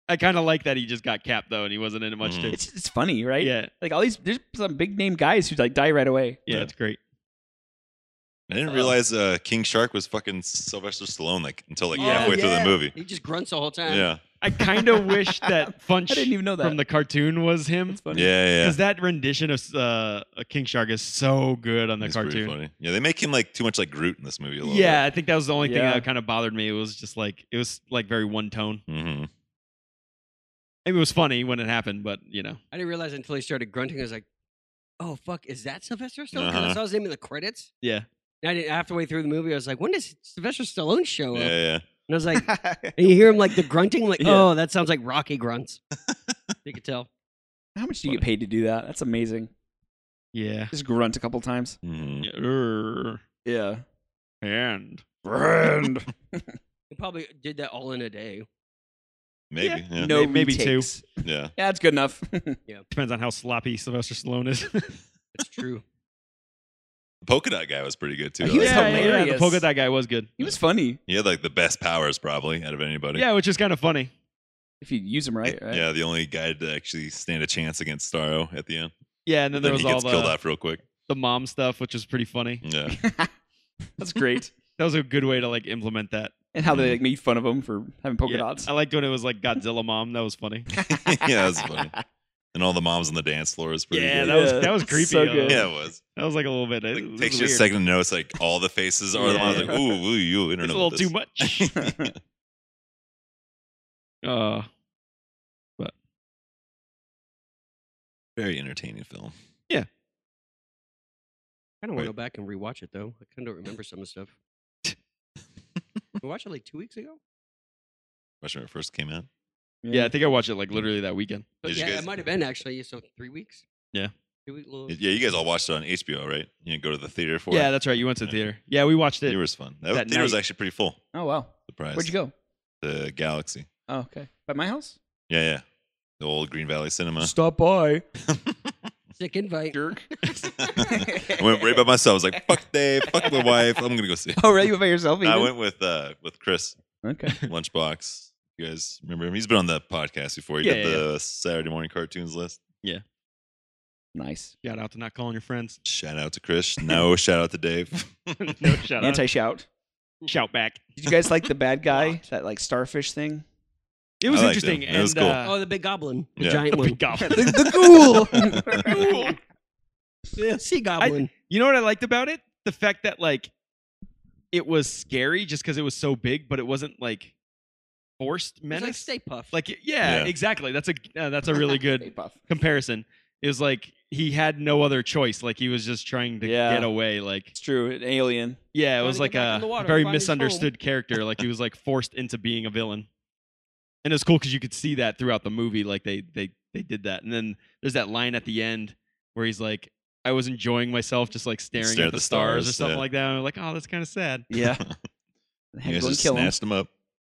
[SPEAKER 1] I kind of like that he just got capped though, and he wasn't in it much
[SPEAKER 2] Mhm.
[SPEAKER 1] too.
[SPEAKER 4] It's it's funny, right?
[SPEAKER 1] Yeah,
[SPEAKER 4] Like all these, there's some big name guys who like die right away.
[SPEAKER 1] yeah,
[SPEAKER 2] Yeah.
[SPEAKER 1] it's great.
[SPEAKER 2] I didn't
[SPEAKER 1] Oh.
[SPEAKER 2] realize uh, King Shark was fucking Sylvester Stallone like until like
[SPEAKER 3] Oh,
[SPEAKER 2] halfway through the
[SPEAKER 3] yeah.
[SPEAKER 2] movie.
[SPEAKER 3] He just grunts the whole time.
[SPEAKER 2] Yeah,
[SPEAKER 1] I kind of wish that Funch
[SPEAKER 4] I didn't even know that.
[SPEAKER 1] from the cartoon was him
[SPEAKER 4] That's funny.
[SPEAKER 2] yeah, yeah.
[SPEAKER 1] because that rendition of uh, King Shark is so good on the
[SPEAKER 2] He's pretty
[SPEAKER 1] cartoon.
[SPEAKER 2] funny. Yeah, they make him like too much like Groot in this movie a little
[SPEAKER 1] Yeah, I think that was the only thing
[SPEAKER 4] Yeah.
[SPEAKER 1] that kind of bothered me. It was just like it was like very one tone.
[SPEAKER 2] bit. hmm
[SPEAKER 1] Maybe it was funny when it happened, but you know,
[SPEAKER 3] I didn't realize until he started grunting. I was like, "Oh fuck, is that Sylvester Stallone?" 'Cause I
[SPEAKER 2] Uh-huh.
[SPEAKER 3] saw his name in the credits.
[SPEAKER 1] yeah.
[SPEAKER 3] And I didn't halfway through the movie. I was like, "When does Sylvester Stallone show up?"
[SPEAKER 2] Yeah, yeah.
[SPEAKER 3] And I was like, and you hear him like the grunting, like,
[SPEAKER 1] Yeah.
[SPEAKER 3] "Oh, that sounds like Rocky grunts." you could tell.
[SPEAKER 4] How much do you get paid to do that? That's amazing.
[SPEAKER 1] Yeah.
[SPEAKER 4] Just grunt a couple times.
[SPEAKER 2] Mhm.
[SPEAKER 1] Yeah, err,
[SPEAKER 4] Yeah.
[SPEAKER 1] And
[SPEAKER 4] Brand.
[SPEAKER 3] He probably did that all in a day.
[SPEAKER 2] Maybe. Yeah.
[SPEAKER 4] No,
[SPEAKER 1] May- maybe two.
[SPEAKER 4] retakes.
[SPEAKER 2] Yeah.
[SPEAKER 4] Yeah, that's good enough.
[SPEAKER 1] depends on how sloppy Sylvester Stallone is.
[SPEAKER 3] It's true.
[SPEAKER 2] The polka dot guy was pretty good too.
[SPEAKER 4] He
[SPEAKER 2] I
[SPEAKER 4] was
[SPEAKER 2] liked him a lot.
[SPEAKER 4] hilarious.
[SPEAKER 1] the polka dot guy was good.
[SPEAKER 4] he was funny
[SPEAKER 2] He had like the best powers probably out of anybody.
[SPEAKER 1] Yeah, which is kind of funny.
[SPEAKER 4] if you use him right. right?
[SPEAKER 2] Yeah, the only guy to actually stand a chance against Starro at the end.
[SPEAKER 1] Yeah, and then there was
[SPEAKER 2] he
[SPEAKER 1] all
[SPEAKER 2] gets killed
[SPEAKER 1] the,
[SPEAKER 2] off real quick.
[SPEAKER 1] the mom stuff, which is pretty funny.
[SPEAKER 2] Yeah.
[SPEAKER 4] That's great.
[SPEAKER 1] That was a good way to like implement that.
[SPEAKER 4] and how they like made fun of him for having polka
[SPEAKER 1] Yeah, Oh,
[SPEAKER 4] dots.
[SPEAKER 1] I liked when it was like Godzilla mom. That was funny.
[SPEAKER 2] yeah, that's funny. And all the moms on the dance floor is pretty
[SPEAKER 1] Yeah,
[SPEAKER 2] good.
[SPEAKER 1] that was
[SPEAKER 4] Yeah,
[SPEAKER 1] that was
[SPEAKER 4] so
[SPEAKER 1] creepy.
[SPEAKER 4] good.
[SPEAKER 1] though.
[SPEAKER 2] yeah, it was.
[SPEAKER 1] That was like a little bit. It,
[SPEAKER 2] Like,
[SPEAKER 1] was
[SPEAKER 2] takes you a
[SPEAKER 1] weird.
[SPEAKER 2] second to notice like all the faces are the moms.
[SPEAKER 4] Yeah.
[SPEAKER 2] Like, ooh, ooh, you, I don't
[SPEAKER 1] It's a
[SPEAKER 2] know
[SPEAKER 1] little
[SPEAKER 2] about
[SPEAKER 1] too
[SPEAKER 2] this.
[SPEAKER 1] much. uh,
[SPEAKER 2] Very entertaining film.
[SPEAKER 3] I kind of
[SPEAKER 2] Wait.
[SPEAKER 3] want to go back and rewatch it though. I kind of remember some of the stuff. we watched it like two weeks ago.
[SPEAKER 2] Watch when it first came out.
[SPEAKER 1] yeah, I think I watched it like literally that weekend.
[SPEAKER 3] But
[SPEAKER 2] Did you
[SPEAKER 3] yeah,
[SPEAKER 2] guys-
[SPEAKER 3] it might have been actually. So three weeks.
[SPEAKER 1] Yeah.
[SPEAKER 3] Two week little.
[SPEAKER 2] Yeah, you guys all watched it on HBO, right? You didn't go to the theater for
[SPEAKER 1] Yeah,
[SPEAKER 2] it.
[SPEAKER 1] that's right. You went to the
[SPEAKER 2] Yeah.
[SPEAKER 1] theater. Yeah, we watched
[SPEAKER 2] It
[SPEAKER 1] it.
[SPEAKER 2] was fun. That,
[SPEAKER 1] that
[SPEAKER 2] theater was
[SPEAKER 1] night.
[SPEAKER 2] actually pretty full.
[SPEAKER 4] Oh wow.
[SPEAKER 2] Surprise.
[SPEAKER 4] Where'd you go?
[SPEAKER 2] The Galaxy.
[SPEAKER 4] Oh, okay. By my house.
[SPEAKER 2] Yeah, yeah. The old Green Valley Cinema.
[SPEAKER 4] Stop by,
[SPEAKER 3] Sick invite.
[SPEAKER 4] jerk.
[SPEAKER 2] I went right by myself. I was like, "Fuck Dave, fuck my wife. I'm gonna go see." It.
[SPEAKER 1] Oh,
[SPEAKER 4] Oh, really? You went by yourself?
[SPEAKER 2] I
[SPEAKER 4] even?
[SPEAKER 2] went with uh with Chris.
[SPEAKER 4] Okay.
[SPEAKER 2] Lunchbox. You guys remember him? He's been on the podcast before. He
[SPEAKER 1] Yeah,
[SPEAKER 2] did
[SPEAKER 1] yeah,
[SPEAKER 2] the Saturday morning cartoons list.
[SPEAKER 4] Nice.
[SPEAKER 1] Shout out to not calling your friends.
[SPEAKER 2] Shout out to Chris. No, shout out to Dave.
[SPEAKER 1] no shout out.
[SPEAKER 4] Anti shout.
[SPEAKER 1] shout back.
[SPEAKER 4] Did you guys like the bad guy? that like starfish thing?
[SPEAKER 1] It was
[SPEAKER 2] I liked
[SPEAKER 1] interesting.
[SPEAKER 2] him. It was
[SPEAKER 1] and,
[SPEAKER 2] cool.
[SPEAKER 1] uh,
[SPEAKER 3] oh, the big goblin, the
[SPEAKER 2] Yeah.
[SPEAKER 3] giant one,
[SPEAKER 1] big goblin.
[SPEAKER 4] the, the ghoul.
[SPEAKER 1] Oh,
[SPEAKER 3] Cool. yeah, sea goblin.
[SPEAKER 1] You know what I liked about it? The fact that like it was scary just because it was so big, but it wasn't like forced
[SPEAKER 3] It's like
[SPEAKER 1] menace.
[SPEAKER 3] Stay Puff.
[SPEAKER 1] Like, it- yeah,
[SPEAKER 2] Yeah.
[SPEAKER 1] exactly. That's a uh, that's a really
[SPEAKER 4] Stay
[SPEAKER 1] good
[SPEAKER 4] Puft.
[SPEAKER 1] comparison. It was like he had no other choice. Like he was just trying to
[SPEAKER 4] Yeah.
[SPEAKER 1] get away. Like
[SPEAKER 4] It's true. An alien.
[SPEAKER 1] yeah,
[SPEAKER 3] Trying
[SPEAKER 1] it was
[SPEAKER 3] to get
[SPEAKER 1] like
[SPEAKER 3] back in
[SPEAKER 1] a
[SPEAKER 3] the water,
[SPEAKER 1] very
[SPEAKER 3] find his home.
[SPEAKER 1] misunderstood character. Like he was like forced into being a villain. And it's cool because you could see that throughout the movie. Like they they they did that. And then there's that line at the end where he's like, "I was enjoying myself, just like staring
[SPEAKER 2] Stare
[SPEAKER 1] at the, stars, or something
[SPEAKER 2] yeah.
[SPEAKER 1] like that." And I'm like, "Oh, that's kind of sad."
[SPEAKER 4] Yeah.
[SPEAKER 2] you
[SPEAKER 4] Heck,
[SPEAKER 2] guys
[SPEAKER 4] go and
[SPEAKER 2] just
[SPEAKER 4] kill him.
[SPEAKER 2] snatched him up.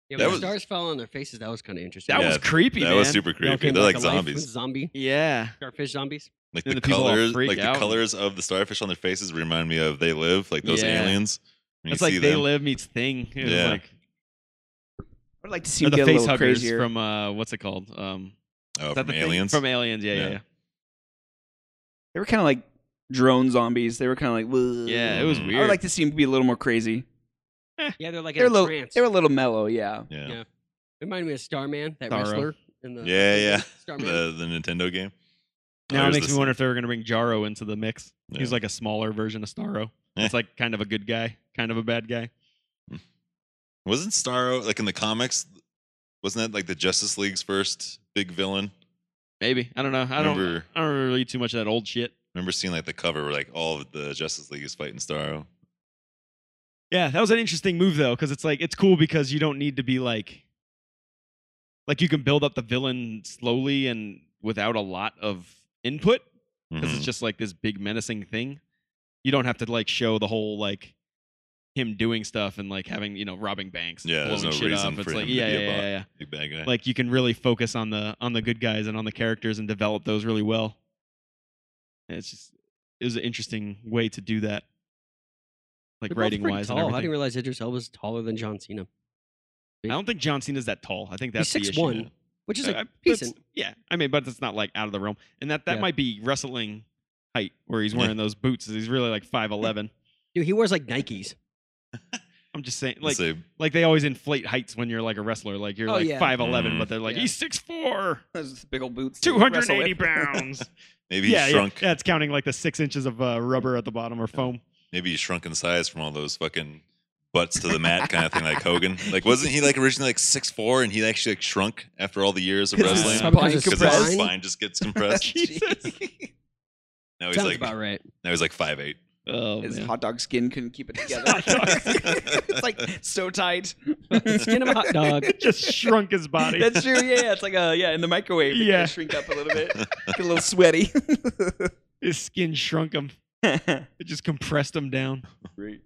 [SPEAKER 3] yeah,
[SPEAKER 2] that
[SPEAKER 3] when the
[SPEAKER 2] was-
[SPEAKER 3] stars fell on their faces. That was kind of interesting.
[SPEAKER 1] That
[SPEAKER 2] Yeah,
[SPEAKER 1] was creepy.
[SPEAKER 2] that
[SPEAKER 1] man.
[SPEAKER 2] was super
[SPEAKER 1] They all
[SPEAKER 2] creepy.
[SPEAKER 1] came
[SPEAKER 2] They're
[SPEAKER 1] back
[SPEAKER 2] like
[SPEAKER 1] alive.
[SPEAKER 2] zombies.
[SPEAKER 3] Zombie
[SPEAKER 1] Yeah.
[SPEAKER 3] starfish zombies.
[SPEAKER 2] Like
[SPEAKER 1] And
[SPEAKER 2] the,
[SPEAKER 1] the people all
[SPEAKER 2] colors,
[SPEAKER 1] freak
[SPEAKER 2] like
[SPEAKER 1] out.
[SPEAKER 2] the colors of the starfish on their faces remind me of They Live, like those
[SPEAKER 1] Yeah.
[SPEAKER 2] aliens. When you
[SPEAKER 1] It's like
[SPEAKER 2] see
[SPEAKER 1] They
[SPEAKER 2] them-
[SPEAKER 1] Live meets Thing. It was
[SPEAKER 2] Yeah.
[SPEAKER 1] like
[SPEAKER 4] I'd like to see
[SPEAKER 1] or
[SPEAKER 4] him
[SPEAKER 1] the
[SPEAKER 4] get a
[SPEAKER 1] face
[SPEAKER 4] little
[SPEAKER 1] huggers
[SPEAKER 4] crazier.
[SPEAKER 1] from uh, what's it called? Um,
[SPEAKER 2] Oh,
[SPEAKER 1] is that
[SPEAKER 2] from
[SPEAKER 1] the thing?
[SPEAKER 2] aliens.
[SPEAKER 1] From Aliens, yeah, yeah,
[SPEAKER 2] Yeah.
[SPEAKER 1] yeah.
[SPEAKER 4] they were kind of like drone zombies. They were kind of like. "Whoa."
[SPEAKER 1] Yeah, it was
[SPEAKER 2] I would
[SPEAKER 1] weird.
[SPEAKER 4] I would like to see him be a little more crazy.
[SPEAKER 3] Yeah, they're like
[SPEAKER 4] They're
[SPEAKER 3] in a
[SPEAKER 4] low-
[SPEAKER 3] trance.
[SPEAKER 4] They were a little mellow. Yeah.
[SPEAKER 2] yeah.
[SPEAKER 3] Yeah. Remind me of Starman, that
[SPEAKER 1] Starro.
[SPEAKER 3] wrestler. In the,
[SPEAKER 2] Yeah, yeah.
[SPEAKER 3] Starman.
[SPEAKER 2] The, the Nintendo game.
[SPEAKER 1] Now it
[SPEAKER 2] There's
[SPEAKER 1] makes
[SPEAKER 2] the
[SPEAKER 1] me wonder if they were going to bring Jaro into the mix. He's
[SPEAKER 2] Yeah.
[SPEAKER 1] like a smaller version of Starro.
[SPEAKER 2] Eh.
[SPEAKER 1] It's like kind of a good guy, kind of a bad guy.
[SPEAKER 2] Wasn't Starro like in the comics? Wasn't that like the Justice League's first big villain?
[SPEAKER 1] Maybe I don't know. I don't.
[SPEAKER 2] Remember-
[SPEAKER 1] I don't really read too much of that old shit.
[SPEAKER 2] remember seeing like the cover where like all of the Justice League is fighting Starro.
[SPEAKER 1] Yeah, that was an interesting move though, because it's like it's cool because you don't need to be like, like you can build up the villain slowly and without a lot of input, because
[SPEAKER 2] Mhm.
[SPEAKER 1] it's just like this big menacing thing. You don't have to like show the whole like him doing stuff and like having you know robbing banks, and
[SPEAKER 2] Yeah,
[SPEAKER 1] blowing
[SPEAKER 2] there's no
[SPEAKER 1] shit
[SPEAKER 2] reason
[SPEAKER 1] up.
[SPEAKER 2] for
[SPEAKER 1] it's like
[SPEAKER 2] him to
[SPEAKER 1] yeah,
[SPEAKER 2] be a
[SPEAKER 1] yeah,
[SPEAKER 2] bot.
[SPEAKER 1] yeah, yeah.
[SPEAKER 2] big bad guy.
[SPEAKER 1] Like you can really focus on the on the good guys and on the characters and develop those really well. And it's just it was an interesting way to do that, like
[SPEAKER 3] They're both
[SPEAKER 1] writing
[SPEAKER 3] pretty
[SPEAKER 1] wise
[SPEAKER 3] tall.
[SPEAKER 1] and
[SPEAKER 3] I didn't
[SPEAKER 1] everything.
[SPEAKER 3] realize Idris Elba was taller than John Cena,
[SPEAKER 1] I don't think John Cena's that tall. I think that's
[SPEAKER 3] He's
[SPEAKER 1] the issue.
[SPEAKER 3] 6'1". which is
[SPEAKER 1] Uh,
[SPEAKER 3] like
[SPEAKER 1] I- that's-
[SPEAKER 3] decent.
[SPEAKER 1] Yeah, I mean, but that's not like out of the realm. And that that
[SPEAKER 3] Yeah.
[SPEAKER 1] might be wrestling height where he's
[SPEAKER 2] Yeah.
[SPEAKER 1] wearing those boots. He's really like five eleven.
[SPEAKER 3] Dude, he wears like
[SPEAKER 2] Oh,
[SPEAKER 3] Nikes.
[SPEAKER 1] I'm just saying, like
[SPEAKER 2] Let's say
[SPEAKER 1] Like they always inflate heights when you're like a wrestler. Like you're
[SPEAKER 3] Oh,
[SPEAKER 1] like
[SPEAKER 3] yeah.
[SPEAKER 1] five eleven,
[SPEAKER 2] Mm.
[SPEAKER 1] but they're like
[SPEAKER 3] Yeah.
[SPEAKER 1] he's six four,
[SPEAKER 4] Those big old boots.
[SPEAKER 1] two hundred and eighty
[SPEAKER 4] Wrestle with.
[SPEAKER 1] pounds.
[SPEAKER 2] maybe he's
[SPEAKER 1] yeah, yeah,
[SPEAKER 2] shrunk.
[SPEAKER 1] yeah. It's counting like the six inches of uh, rubber at the bottom or foam.
[SPEAKER 2] Maybe he's shrunk in size from all those fucking butts to the mat kind of thing, like Hogan. Like wasn't he like originally like six four and he actually like shrunk after all the years of
[SPEAKER 4] 'Cause
[SPEAKER 1] his
[SPEAKER 2] wrestling?
[SPEAKER 1] spine
[SPEAKER 3] was
[SPEAKER 2] Because his
[SPEAKER 3] compressed.
[SPEAKER 2] spine just gets compressed.
[SPEAKER 1] Jesus.
[SPEAKER 2] now he's
[SPEAKER 3] Sounds
[SPEAKER 2] like
[SPEAKER 3] about right.
[SPEAKER 2] now he's like five eight.
[SPEAKER 1] Oh
[SPEAKER 4] His
[SPEAKER 1] man.
[SPEAKER 4] hot dog skin couldn't keep it together.
[SPEAKER 1] hot dog
[SPEAKER 4] it's like so tight.
[SPEAKER 3] Skin of a hot dog.
[SPEAKER 1] It just shrunk his body.
[SPEAKER 4] That's true. Yeah, yeah. It's like uh, yeah, in the microwave. it
[SPEAKER 1] Yeah.
[SPEAKER 4] kinda shrink up a little bit. Get a little sweaty.
[SPEAKER 1] his skin shrunk him. It just compressed him down.
[SPEAKER 4] Great.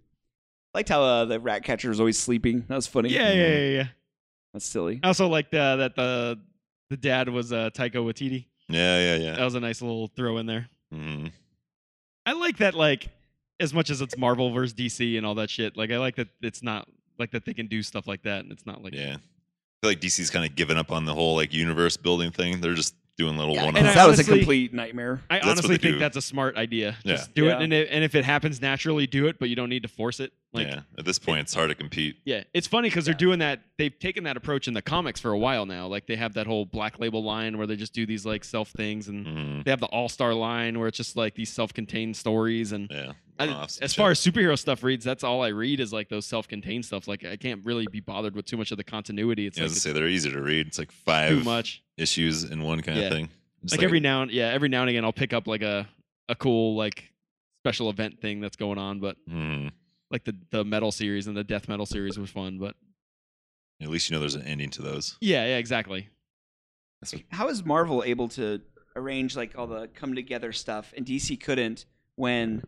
[SPEAKER 4] Liked how uh, the rat catcher was always sleeping. That was funny.
[SPEAKER 1] Yeah, yeah, yeah. yeah.
[SPEAKER 4] That's silly.
[SPEAKER 1] I also liked uh, that the the dad was uh, Taiko Watiti.
[SPEAKER 2] Yeah, yeah, yeah.
[SPEAKER 1] That was a nice little throw in there.
[SPEAKER 2] Mhm.
[SPEAKER 1] I like that, like, as much as it's Marvel versus DC and all that shit, like, I like that it's not, like, that they can do stuff like that and it's not like.
[SPEAKER 2] Yeah. I feel like DC's kind of given up on the whole like universe building thing. They're just doing little
[SPEAKER 4] Yeah,
[SPEAKER 2] one
[SPEAKER 1] and I
[SPEAKER 2] offs.
[SPEAKER 4] that was a
[SPEAKER 1] honestly-
[SPEAKER 4] complete nightmare.
[SPEAKER 1] I
[SPEAKER 2] That's what
[SPEAKER 1] honestly
[SPEAKER 2] they
[SPEAKER 1] think
[SPEAKER 2] do.
[SPEAKER 1] that's a smart idea.
[SPEAKER 2] Yeah.
[SPEAKER 1] Just do
[SPEAKER 4] Yeah.
[SPEAKER 1] it, and it, and if it happens naturally, do it, but you don't need to force it. Like, yeah,
[SPEAKER 2] yeah. At this point, it's hard to compete.
[SPEAKER 1] it's funny because
[SPEAKER 4] Yeah.
[SPEAKER 1] they're doing that. They've taken that approach in the comics for a while now. Like, they have that whole Black Label line where they just do these like self things, and
[SPEAKER 2] Mhm.
[SPEAKER 1] they have the All Star line where it's just like these self contained stories and.
[SPEAKER 2] Yeah.
[SPEAKER 1] I-
[SPEAKER 2] one-offs and
[SPEAKER 1] as
[SPEAKER 2] shit.
[SPEAKER 1] far as superhero stuff reads, that's all I read is like those self-contained stuff. Like I can't really be bothered with too much of the continuity. It's
[SPEAKER 2] yeah, I
[SPEAKER 1] like
[SPEAKER 2] was gonna
[SPEAKER 1] it's
[SPEAKER 2] say they're easier to read. It's like
[SPEAKER 1] too
[SPEAKER 2] five
[SPEAKER 1] much.
[SPEAKER 2] issues in one kind
[SPEAKER 1] Yeah.
[SPEAKER 2] of thing. Just
[SPEAKER 1] Like, every now and yeah, every now and again, I'll pick up like a a cool like special event thing that's going on. But
[SPEAKER 2] Mhm.
[SPEAKER 1] like the the metal series and the death metal series was fun. But
[SPEAKER 2] At least you know there's an ending to those.
[SPEAKER 1] yeah, yeah, exactly.
[SPEAKER 4] How is Marvel able to arrange like all the come together stuff and DC couldn't when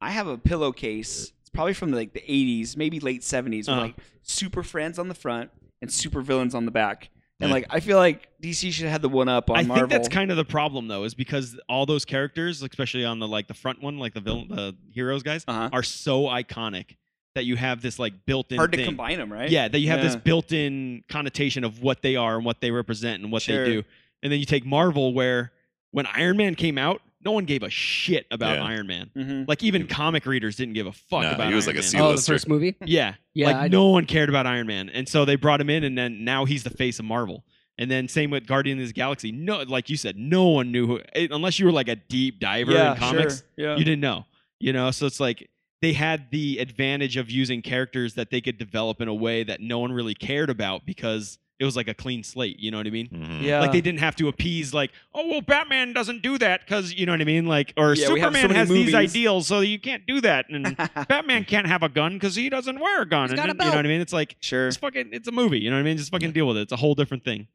[SPEAKER 4] I have a pillowcase. It's probably from like the 80s, maybe late 70s, with
[SPEAKER 1] Uh-huh.
[SPEAKER 4] like super friends on the front and super villains on the back. And
[SPEAKER 2] Yeah.
[SPEAKER 4] like I feel like DC should have had the one up on
[SPEAKER 1] I
[SPEAKER 4] Marvel.
[SPEAKER 1] think that's kind of the problem though, is because all those characters, especially on the like the front one, like the villain, the heroes guys,
[SPEAKER 4] uh-huh.
[SPEAKER 1] are so iconic that you have this like built-in
[SPEAKER 4] Hard to
[SPEAKER 1] thing.
[SPEAKER 4] combine them, right?
[SPEAKER 1] Yeah, that you have this
[SPEAKER 4] Yeah.
[SPEAKER 1] built-in connotation of what they are and what they represent and what
[SPEAKER 4] Sure.
[SPEAKER 1] they do. And then you take Marvel where when Iron Man came out, no one gave a shit about
[SPEAKER 2] Yeah.
[SPEAKER 1] Iron Man.
[SPEAKER 4] Mm-hmm.
[SPEAKER 1] Like even comic readers didn't give a fuck
[SPEAKER 2] Nah,
[SPEAKER 1] about
[SPEAKER 2] he was
[SPEAKER 1] Iron
[SPEAKER 2] like a
[SPEAKER 1] Man.
[SPEAKER 2] C-
[SPEAKER 3] Oh, the
[SPEAKER 2] Lister.
[SPEAKER 3] first movie.
[SPEAKER 1] Yeah.
[SPEAKER 3] Yeah,
[SPEAKER 1] like
[SPEAKER 3] I-
[SPEAKER 1] no one cared about Iron Man. And so they brought him in and then now he's the face of Marvel. And then same with Guardians of the Galaxy. No like you said, no one knew who it, unless you were like a deep diver
[SPEAKER 4] yeah,
[SPEAKER 1] in comics,
[SPEAKER 4] Sure. Yeah.
[SPEAKER 1] you didn't know. You know, so it's like they had the advantage of using characters that they could develop in a way that no one really cared about because it was like a clean slate, you know what I mean?
[SPEAKER 2] Mhm.
[SPEAKER 4] yeah.
[SPEAKER 1] Like they didn't have to appease like, oh well, Batman doesn't do that because you know what I mean, like or
[SPEAKER 4] Yeah, we have so
[SPEAKER 1] Superman
[SPEAKER 4] many
[SPEAKER 1] has
[SPEAKER 4] movies.
[SPEAKER 1] these ideals, so you can't do that, and Batman can't have a gun because he doesn't wear a gun.
[SPEAKER 3] He's
[SPEAKER 1] and
[SPEAKER 3] got a
[SPEAKER 1] then- you know
[SPEAKER 3] belt.
[SPEAKER 1] what I mean? It's like
[SPEAKER 4] sure.
[SPEAKER 1] it's fucking it's a movie, you know what I mean? Just fucking deal with it. It's a whole different thing.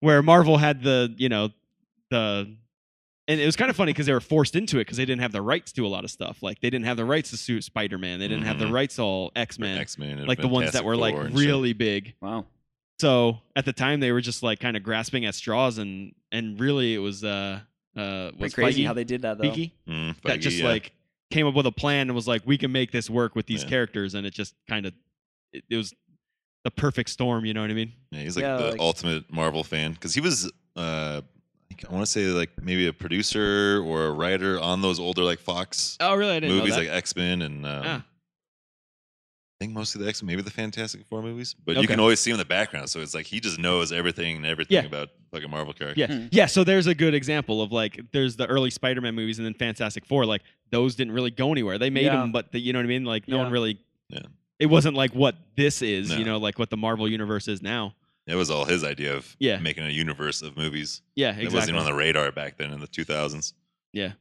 [SPEAKER 1] Where Marvel had the, you know, the and it was kind of funny because they were forced into it because they didn't have the rights to a lot of stuff. Like they didn't have the rights to suit Spider Man. They didn't have the
[SPEAKER 2] Mhm.
[SPEAKER 1] rights to all X
[SPEAKER 2] Or
[SPEAKER 1] Men.
[SPEAKER 2] X-Men and
[SPEAKER 1] Like the ones that
[SPEAKER 2] Fantastic
[SPEAKER 1] were like
[SPEAKER 2] Four and shit.
[SPEAKER 1] really big.
[SPEAKER 4] Wow.
[SPEAKER 1] So at the time they were just like kind of grasping at straws and and really it was uh uh
[SPEAKER 4] Pretty
[SPEAKER 1] was
[SPEAKER 4] crazy
[SPEAKER 1] Feige?
[SPEAKER 4] how they did that though.
[SPEAKER 1] Feige?
[SPEAKER 2] Mm,
[SPEAKER 1] that
[SPEAKER 2] Feige,
[SPEAKER 1] just
[SPEAKER 2] yeah.
[SPEAKER 1] like came up with a plan and was like, we can make this work with these
[SPEAKER 2] Yeah.
[SPEAKER 1] characters, and it just kind of it, it was the perfect storm. You know what I mean?
[SPEAKER 2] Yeah, he's like
[SPEAKER 4] Yeah,
[SPEAKER 2] the
[SPEAKER 4] like-
[SPEAKER 2] ultimate Marvel fan because he was, uh, I want to say like maybe a producer or a writer on those older like Fox
[SPEAKER 1] Oh, really? I
[SPEAKER 2] movies, like X Men and um,
[SPEAKER 1] Ah.
[SPEAKER 2] I think mostly the X Men, maybe the Fantastic Four movies. But you
[SPEAKER 1] Okay.
[SPEAKER 2] can always see him in the background, so it's like he just knows everything and everything
[SPEAKER 1] Yeah.
[SPEAKER 2] about fucking Marvel characters.
[SPEAKER 1] yeah,
[SPEAKER 4] Hmm.
[SPEAKER 1] yeah. So there's a good example of like there's the early Spider-Man movies, and then Fantastic Four. Like those didn't really go anywhere. They made
[SPEAKER 4] Yeah.
[SPEAKER 1] them, but the, you know what I mean? Like no
[SPEAKER 4] Yeah.
[SPEAKER 1] one really.
[SPEAKER 2] Yeah.
[SPEAKER 1] It wasn't like what this is, you
[SPEAKER 2] No.
[SPEAKER 1] know, like what the Marvel universe is now.
[SPEAKER 2] That was all his idea of
[SPEAKER 1] Yeah.
[SPEAKER 2] making a universe of movies.
[SPEAKER 1] Yeah,
[SPEAKER 2] It wasn't
[SPEAKER 1] exactly.
[SPEAKER 2] even on the radar back then in the 2000s.
[SPEAKER 4] The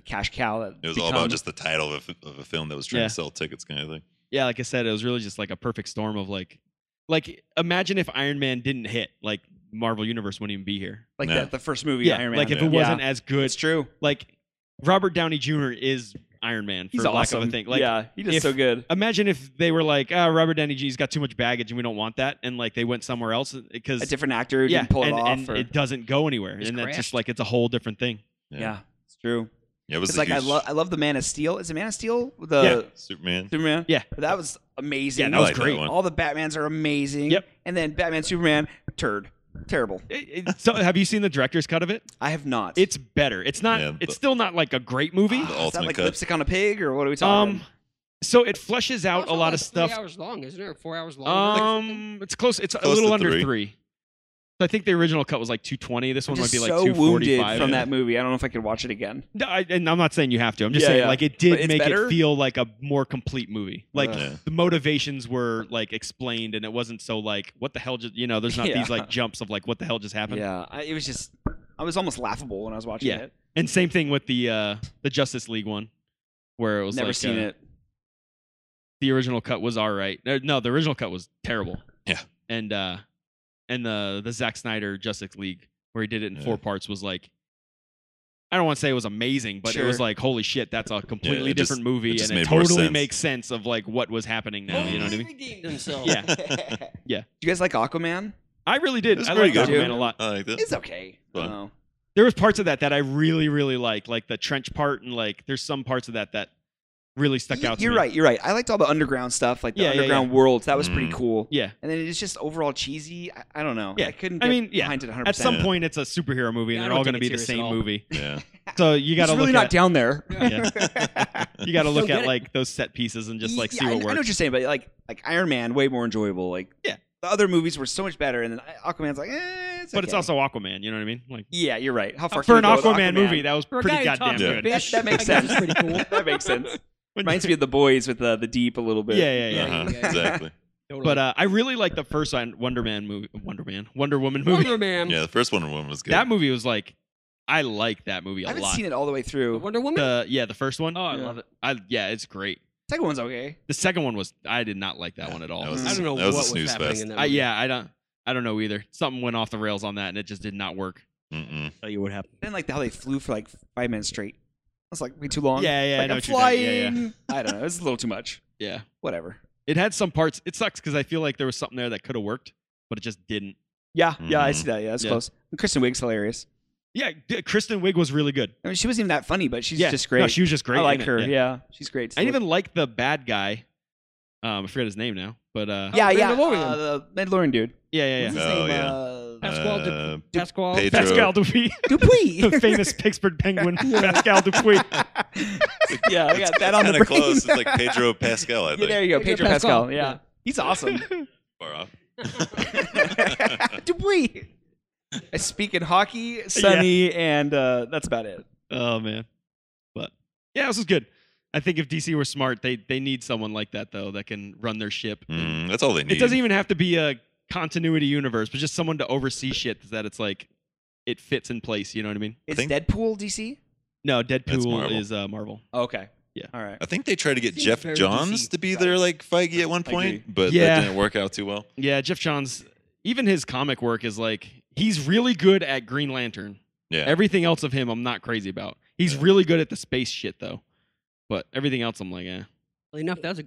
[SPEAKER 4] cash cow. That
[SPEAKER 2] It was all about
[SPEAKER 4] becomes-
[SPEAKER 2] just the title of a, of a film that was trying
[SPEAKER 1] Yeah.
[SPEAKER 2] to sell tickets, kind of thing.
[SPEAKER 1] yeah, like I said, it was really just like a perfect storm of like, like imagine if Iron Man didn't hit, like Marvel Universe wouldn't even be here.
[SPEAKER 4] like
[SPEAKER 2] Yeah.
[SPEAKER 4] that, the first movie.
[SPEAKER 1] Yeah,
[SPEAKER 4] Iron Man.
[SPEAKER 1] like if
[SPEAKER 2] Yeah.
[SPEAKER 1] it wasn't as good,
[SPEAKER 4] it's true.
[SPEAKER 1] like Robert Downey Jr. is Iron Man for
[SPEAKER 4] He's
[SPEAKER 1] lack
[SPEAKER 4] awesome.
[SPEAKER 1] of a thing. Like,
[SPEAKER 4] yeah, he does
[SPEAKER 1] if-
[SPEAKER 4] so good.
[SPEAKER 1] imagine if they were like, ah, Robert Downey Jr.'s got too much baggage and we don't want that, and like they went somewhere else because
[SPEAKER 4] A different actor who
[SPEAKER 1] yeah,
[SPEAKER 4] can pull
[SPEAKER 1] and,
[SPEAKER 4] it off.
[SPEAKER 1] and
[SPEAKER 4] or,
[SPEAKER 1] it doesn't go anywhere,
[SPEAKER 3] Just
[SPEAKER 1] and that's
[SPEAKER 3] crashed.
[SPEAKER 1] just like it's a whole different thing.
[SPEAKER 4] yeah, it's true.
[SPEAKER 2] Yeah, it was
[SPEAKER 4] It's
[SPEAKER 2] a
[SPEAKER 4] like I
[SPEAKER 2] huge-
[SPEAKER 4] love I love the Man of Steel. Is it Man of Steel?
[SPEAKER 2] yeah,
[SPEAKER 4] The
[SPEAKER 2] Superman.
[SPEAKER 4] Superman.
[SPEAKER 1] Yeah.
[SPEAKER 4] that was amazing.
[SPEAKER 1] Yeah, that
[SPEAKER 2] I
[SPEAKER 1] was
[SPEAKER 2] like
[SPEAKER 1] great.
[SPEAKER 2] one.
[SPEAKER 4] All the Batmans are amazing.
[SPEAKER 1] Yep.
[SPEAKER 4] And then Batman Superman turd terrible.
[SPEAKER 1] It- it- so have you seen the director's cut of it?
[SPEAKER 4] I have not.
[SPEAKER 1] It's better. It's not.
[SPEAKER 2] Yeah, but-
[SPEAKER 1] it's still not like a great movie.
[SPEAKER 4] Ah, is that
[SPEAKER 2] ultimate
[SPEAKER 4] like
[SPEAKER 2] cut.
[SPEAKER 4] lipstick on a pig or what are we talking?
[SPEAKER 1] Um, so it flushes out
[SPEAKER 3] Also,
[SPEAKER 1] a lot
[SPEAKER 3] like
[SPEAKER 1] of
[SPEAKER 3] three
[SPEAKER 1] stuff.
[SPEAKER 3] Hours long, isn't it? Or Four hours long. or something?
[SPEAKER 1] Um, it's close. It's a
[SPEAKER 2] Close
[SPEAKER 1] little
[SPEAKER 2] to
[SPEAKER 1] under
[SPEAKER 2] three.
[SPEAKER 1] three. So I think the original cut was like 220. This
[SPEAKER 4] I'm
[SPEAKER 1] one
[SPEAKER 4] just
[SPEAKER 1] might be like
[SPEAKER 4] so
[SPEAKER 1] 245.
[SPEAKER 4] wounded from
[SPEAKER 2] yeah.
[SPEAKER 4] that movie. I don't know if I could watch it again.
[SPEAKER 1] No, I, and I'm not saying you have to. I'm just
[SPEAKER 4] Yeah,
[SPEAKER 1] saying
[SPEAKER 4] yeah.
[SPEAKER 1] like it
[SPEAKER 4] But
[SPEAKER 1] did
[SPEAKER 4] it's
[SPEAKER 1] make
[SPEAKER 4] better?
[SPEAKER 1] it feel like a more complete movie. Like
[SPEAKER 4] Ugh.
[SPEAKER 2] Yeah.
[SPEAKER 1] the motivations were like explained, and it wasn't so like what the hell just you know. There's not
[SPEAKER 4] Yeah.
[SPEAKER 1] these like jumps of like what the hell just happened.
[SPEAKER 4] Yeah, I, it was just I was almost laughable when I was watching
[SPEAKER 1] Yeah.
[SPEAKER 4] it.
[SPEAKER 1] And same thing with the uh the Justice League one, where it was
[SPEAKER 4] Never
[SPEAKER 1] like,
[SPEAKER 4] seen
[SPEAKER 1] uh,
[SPEAKER 4] it.
[SPEAKER 1] The original cut was all right. Uh, No, the original cut was terrible.
[SPEAKER 2] Yeah.
[SPEAKER 1] And uh, and the the Zack Snyder Justice League where he did it in
[SPEAKER 2] Yeah.
[SPEAKER 1] four parts was like. I don't want to say it was amazing, but it was
[SPEAKER 4] Sure.
[SPEAKER 1] like, holy shit, that's a completely
[SPEAKER 2] just-
[SPEAKER 1] different movie,
[SPEAKER 2] it just
[SPEAKER 1] and it
[SPEAKER 2] made more
[SPEAKER 1] totally
[SPEAKER 2] sense.
[SPEAKER 1] makes sense of like what was happening now. oh, You know what I
[SPEAKER 3] Movies
[SPEAKER 1] mean?
[SPEAKER 3] redeemed themselves.
[SPEAKER 1] Yeah. Yeah.
[SPEAKER 4] Do you guys like Aquaman?
[SPEAKER 1] I really did.
[SPEAKER 2] It's
[SPEAKER 1] I
[SPEAKER 2] pretty
[SPEAKER 1] liked
[SPEAKER 2] good. Uh,
[SPEAKER 1] Aquaman a lot.
[SPEAKER 2] I like that.
[SPEAKER 4] It's okay. I don't
[SPEAKER 2] Fun.
[SPEAKER 4] know.
[SPEAKER 1] There was parts of that that I really, really liked, like the trench part, and like there's some parts of that that really stuck
[SPEAKER 4] Y-
[SPEAKER 1] out. to
[SPEAKER 4] You're
[SPEAKER 1] me.
[SPEAKER 4] right. You're right. I liked all the underground stuff, like the
[SPEAKER 1] Yeah, yeah, yeah.
[SPEAKER 4] underground worlds. That was pretty
[SPEAKER 2] Mm.
[SPEAKER 4] cool.
[SPEAKER 1] Yeah.
[SPEAKER 4] And then it's just overall cheesy. I, I don't know.
[SPEAKER 1] Yeah.
[SPEAKER 4] I couldn't.
[SPEAKER 1] I
[SPEAKER 4] Get
[SPEAKER 1] mean, yeah.
[SPEAKER 4] behind it 100.
[SPEAKER 1] At some
[SPEAKER 2] Yeah.
[SPEAKER 1] point, it's a superhero movie, and
[SPEAKER 3] Yeah,
[SPEAKER 1] they're
[SPEAKER 3] I don't
[SPEAKER 1] all
[SPEAKER 3] take
[SPEAKER 1] going to
[SPEAKER 3] it
[SPEAKER 1] be the
[SPEAKER 3] serious
[SPEAKER 1] same
[SPEAKER 3] at all.
[SPEAKER 1] movie.
[SPEAKER 2] Yeah. Uh-huh.
[SPEAKER 1] So you got to look
[SPEAKER 4] it's really
[SPEAKER 1] at
[SPEAKER 4] not down there.
[SPEAKER 1] Yeah. you got to
[SPEAKER 3] Still
[SPEAKER 1] look
[SPEAKER 3] get
[SPEAKER 1] at
[SPEAKER 3] it.
[SPEAKER 1] like those set pieces and just like
[SPEAKER 4] Yeah,
[SPEAKER 1] see
[SPEAKER 4] I,
[SPEAKER 1] what
[SPEAKER 4] I know what
[SPEAKER 1] works.
[SPEAKER 4] you're saying, but like like Iron Man, way more enjoyable. Like
[SPEAKER 1] Yeah.
[SPEAKER 4] the other movies were so much better, and then Aquaman's like, eh, it's
[SPEAKER 1] But it's
[SPEAKER 4] okay.
[SPEAKER 1] also Aquaman. You know what I mean? Like
[SPEAKER 4] yeah, you're right. How far
[SPEAKER 1] for an
[SPEAKER 4] can you go with
[SPEAKER 1] Aquaman, movie, that was
[SPEAKER 3] For a
[SPEAKER 1] pretty
[SPEAKER 3] guy who
[SPEAKER 1] goddamn
[SPEAKER 3] talks,
[SPEAKER 2] Yeah.
[SPEAKER 1] good.
[SPEAKER 4] that,
[SPEAKER 3] bitch,
[SPEAKER 4] that makes
[SPEAKER 3] I guess
[SPEAKER 4] sense.
[SPEAKER 3] it's pretty cool.
[SPEAKER 4] that makes sense.
[SPEAKER 1] When-
[SPEAKER 4] Reminds me of the boys with uh, the deep a little bit.
[SPEAKER 1] yeah, yeah, yeah.
[SPEAKER 3] Uh-huh.
[SPEAKER 2] Uh-huh. exactly.
[SPEAKER 3] Totally.
[SPEAKER 1] But uh, I really like the first Iron- Wonder Man movie. Wonder Man, Wonder Woman movie.
[SPEAKER 3] Wonder Man.
[SPEAKER 2] Yeah, the first Wonder Woman was good.
[SPEAKER 1] That movie was like, I like that movie a
[SPEAKER 4] I haven't
[SPEAKER 1] lot.
[SPEAKER 4] seen it all the way through.
[SPEAKER 3] Wonder Woman.
[SPEAKER 1] The yeah, the first one. Oh,
[SPEAKER 4] I Yeah. love
[SPEAKER 1] it. I yeah, it's great.
[SPEAKER 4] second one's okay.
[SPEAKER 1] The second one was I did not like that one at all.
[SPEAKER 2] That
[SPEAKER 4] was
[SPEAKER 3] I don't know
[SPEAKER 2] that was a
[SPEAKER 3] what was,
[SPEAKER 2] snooze
[SPEAKER 3] happening
[SPEAKER 2] fest.
[SPEAKER 3] in that.
[SPEAKER 1] I,
[SPEAKER 3] movie.
[SPEAKER 1] yeah, I don't. I don't know either. Something went off the rails on that, and it just did not work.
[SPEAKER 2] Mm-mm.
[SPEAKER 1] Tell you what happened.
[SPEAKER 4] I didn't like how they flew for like five minutes straight. That's like way too long.
[SPEAKER 1] Yeah, yeah, I
[SPEAKER 4] like,
[SPEAKER 1] know
[SPEAKER 4] I'm
[SPEAKER 1] what you're saying. Yeah, yeah.
[SPEAKER 4] flying. I don't know. It's a little too much.
[SPEAKER 1] Yeah,
[SPEAKER 4] Whatever.
[SPEAKER 1] it had some parts. It sucks because I feel like there was something there that could have worked, but it just didn't.
[SPEAKER 4] Yeah, yeah, I
[SPEAKER 2] Mhm.
[SPEAKER 4] see that. Yeah, that's
[SPEAKER 1] Yeah.
[SPEAKER 4] close. And Kristen Wiig's hilarious.
[SPEAKER 1] Yeah, d- Kristen Wiig was really good.
[SPEAKER 4] I mean, she wasn't even that funny, but she's
[SPEAKER 1] yeah,
[SPEAKER 4] just great.
[SPEAKER 1] No, she was just great.
[SPEAKER 4] I like
[SPEAKER 1] in it,
[SPEAKER 4] her. Yeah.
[SPEAKER 1] yeah.
[SPEAKER 4] she's great.
[SPEAKER 1] I even like the bad guy. Um, I forget his name now, but uh,
[SPEAKER 4] yeah,
[SPEAKER 5] Brandon
[SPEAKER 4] yeah.
[SPEAKER 5] Lorian.
[SPEAKER 4] Uh, the Mandalorian dude.
[SPEAKER 1] yeah, yeah,
[SPEAKER 5] What's
[SPEAKER 1] yeah.
[SPEAKER 5] his
[SPEAKER 2] Oh,
[SPEAKER 5] name?
[SPEAKER 2] yeah.
[SPEAKER 5] Uh, Pasquale Du-
[SPEAKER 2] Uh,
[SPEAKER 5] Pasquale.
[SPEAKER 2] Pedro.
[SPEAKER 1] Pascal Dupuy,
[SPEAKER 4] Dupuis.
[SPEAKER 1] the famous Pittsburgh Penguin, Pascal Dupuis.
[SPEAKER 4] yeah, I
[SPEAKER 2] it's-
[SPEAKER 4] got that on the
[SPEAKER 2] Kinda
[SPEAKER 4] brain.
[SPEAKER 2] close. It's like Pedro Pascal, I
[SPEAKER 4] yeah,
[SPEAKER 2] think.
[SPEAKER 4] there you go,
[SPEAKER 5] Pedro
[SPEAKER 4] Pedro Pascal.
[SPEAKER 5] Pascal.
[SPEAKER 4] Yeah, he's awesome.
[SPEAKER 2] Far off.
[SPEAKER 4] Dupuis. I speak in hockey, Sunny, and uh, that's about it.
[SPEAKER 1] Oh man, but yeah, this is good. I think if DC were smart, they they need someone like that though that can run their ship.
[SPEAKER 2] Mm, that's all they need.
[SPEAKER 1] It doesn't even have to be a continuity universe, but just someone to oversee shit that it's like it fits in place. You know what I mean?
[SPEAKER 4] Is
[SPEAKER 2] think-
[SPEAKER 4] Deadpool DC?
[SPEAKER 1] No,
[SPEAKER 2] That's
[SPEAKER 1] Deadpool
[SPEAKER 2] Marvel.
[SPEAKER 1] is uh, Marvel.
[SPEAKER 4] Okay.
[SPEAKER 1] Yeah.
[SPEAKER 4] All right.
[SPEAKER 2] I think they tried to get
[SPEAKER 3] Seems
[SPEAKER 2] Jeff
[SPEAKER 3] very
[SPEAKER 2] Johns
[SPEAKER 3] DC
[SPEAKER 2] to be their like Feige at one
[SPEAKER 4] I
[SPEAKER 2] point,
[SPEAKER 4] agree.
[SPEAKER 2] but
[SPEAKER 1] Yeah.
[SPEAKER 2] that didn't work out too well.
[SPEAKER 1] Yeah, Jeff Johns. Even his comic work is like he's really good at Green Lantern.
[SPEAKER 2] Yeah.
[SPEAKER 1] Everything else of him, I'm not crazy about. He's
[SPEAKER 2] Yeah.
[SPEAKER 1] really good at the space shit though, but everything else, I'm like, eh.
[SPEAKER 3] Well, enough. That was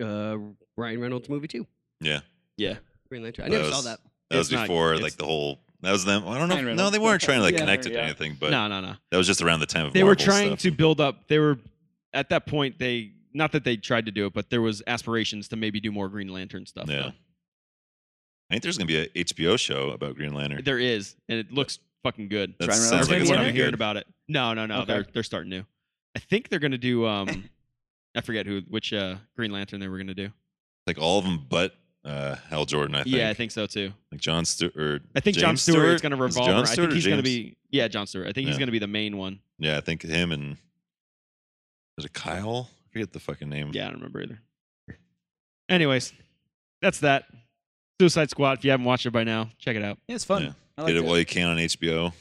[SPEAKER 3] a uh, Ryan Reynolds movie too.
[SPEAKER 2] Yeah.
[SPEAKER 1] Yeah.
[SPEAKER 3] Green Lantern. I
[SPEAKER 2] That
[SPEAKER 3] never saw
[SPEAKER 2] was-
[SPEAKER 3] that.
[SPEAKER 2] that was
[SPEAKER 1] It's not-
[SPEAKER 2] before
[SPEAKER 1] it's-
[SPEAKER 2] like the whole. That was them. I don't know.
[SPEAKER 4] Ryan
[SPEAKER 2] if- No,
[SPEAKER 4] Reynolds.
[SPEAKER 2] they weren't trying to like
[SPEAKER 4] Yeah,
[SPEAKER 2] connect it to
[SPEAKER 4] yeah.
[SPEAKER 2] anything, but
[SPEAKER 1] no, no, no.
[SPEAKER 2] that was just around the time of
[SPEAKER 1] They were
[SPEAKER 2] Marvel
[SPEAKER 1] trying
[SPEAKER 2] stuff.
[SPEAKER 1] to build up. They were at that point. They not that they tried to do it, but there was aspirations to maybe do more Green Lantern stuff.
[SPEAKER 2] Yeah.
[SPEAKER 1] Yeah,
[SPEAKER 2] I think there's gonna be a HBO show about Green Lantern.
[SPEAKER 1] there is, and it looks fucking good.
[SPEAKER 2] That
[SPEAKER 4] Ryan Reynolds
[SPEAKER 2] sounds
[SPEAKER 1] That's
[SPEAKER 2] like
[SPEAKER 4] gonna
[SPEAKER 1] maybe
[SPEAKER 2] it's
[SPEAKER 4] be
[SPEAKER 1] what
[SPEAKER 4] in
[SPEAKER 2] gonna
[SPEAKER 1] I'm
[SPEAKER 2] be
[SPEAKER 1] hearing
[SPEAKER 2] good.
[SPEAKER 1] about it. No, no, no.
[SPEAKER 4] Okay.
[SPEAKER 1] They're they're starting new. I think they're gonna do. Um, I forget who which uh, Green Lantern they were gonna do.
[SPEAKER 2] Like all of them, but uh, Hal Jordan. I think.
[SPEAKER 1] Yeah, I think so too.
[SPEAKER 2] like John Stewart. Or
[SPEAKER 1] I think John
[SPEAKER 2] James
[SPEAKER 1] Stewart, is gonna
[SPEAKER 2] Is it
[SPEAKER 1] revolve.
[SPEAKER 2] Jon
[SPEAKER 1] around- I
[SPEAKER 2] Stewart
[SPEAKER 1] think
[SPEAKER 2] or
[SPEAKER 1] he's gonna
[SPEAKER 2] James?
[SPEAKER 1] be yeah, John Stewart. I think he's
[SPEAKER 2] Yeah.
[SPEAKER 1] gonna be the main one.
[SPEAKER 2] Yeah, I think him and is it Kyle? I forget the fucking name.
[SPEAKER 1] Yeah, I don't remember either. Anyways, that's that. Suicide Squad. If you haven't watched it by now, check it out.
[SPEAKER 4] Yeah, it's fun.
[SPEAKER 2] Yeah.
[SPEAKER 4] I liked
[SPEAKER 2] Get it
[SPEAKER 4] it.
[SPEAKER 2] while you can on HBO.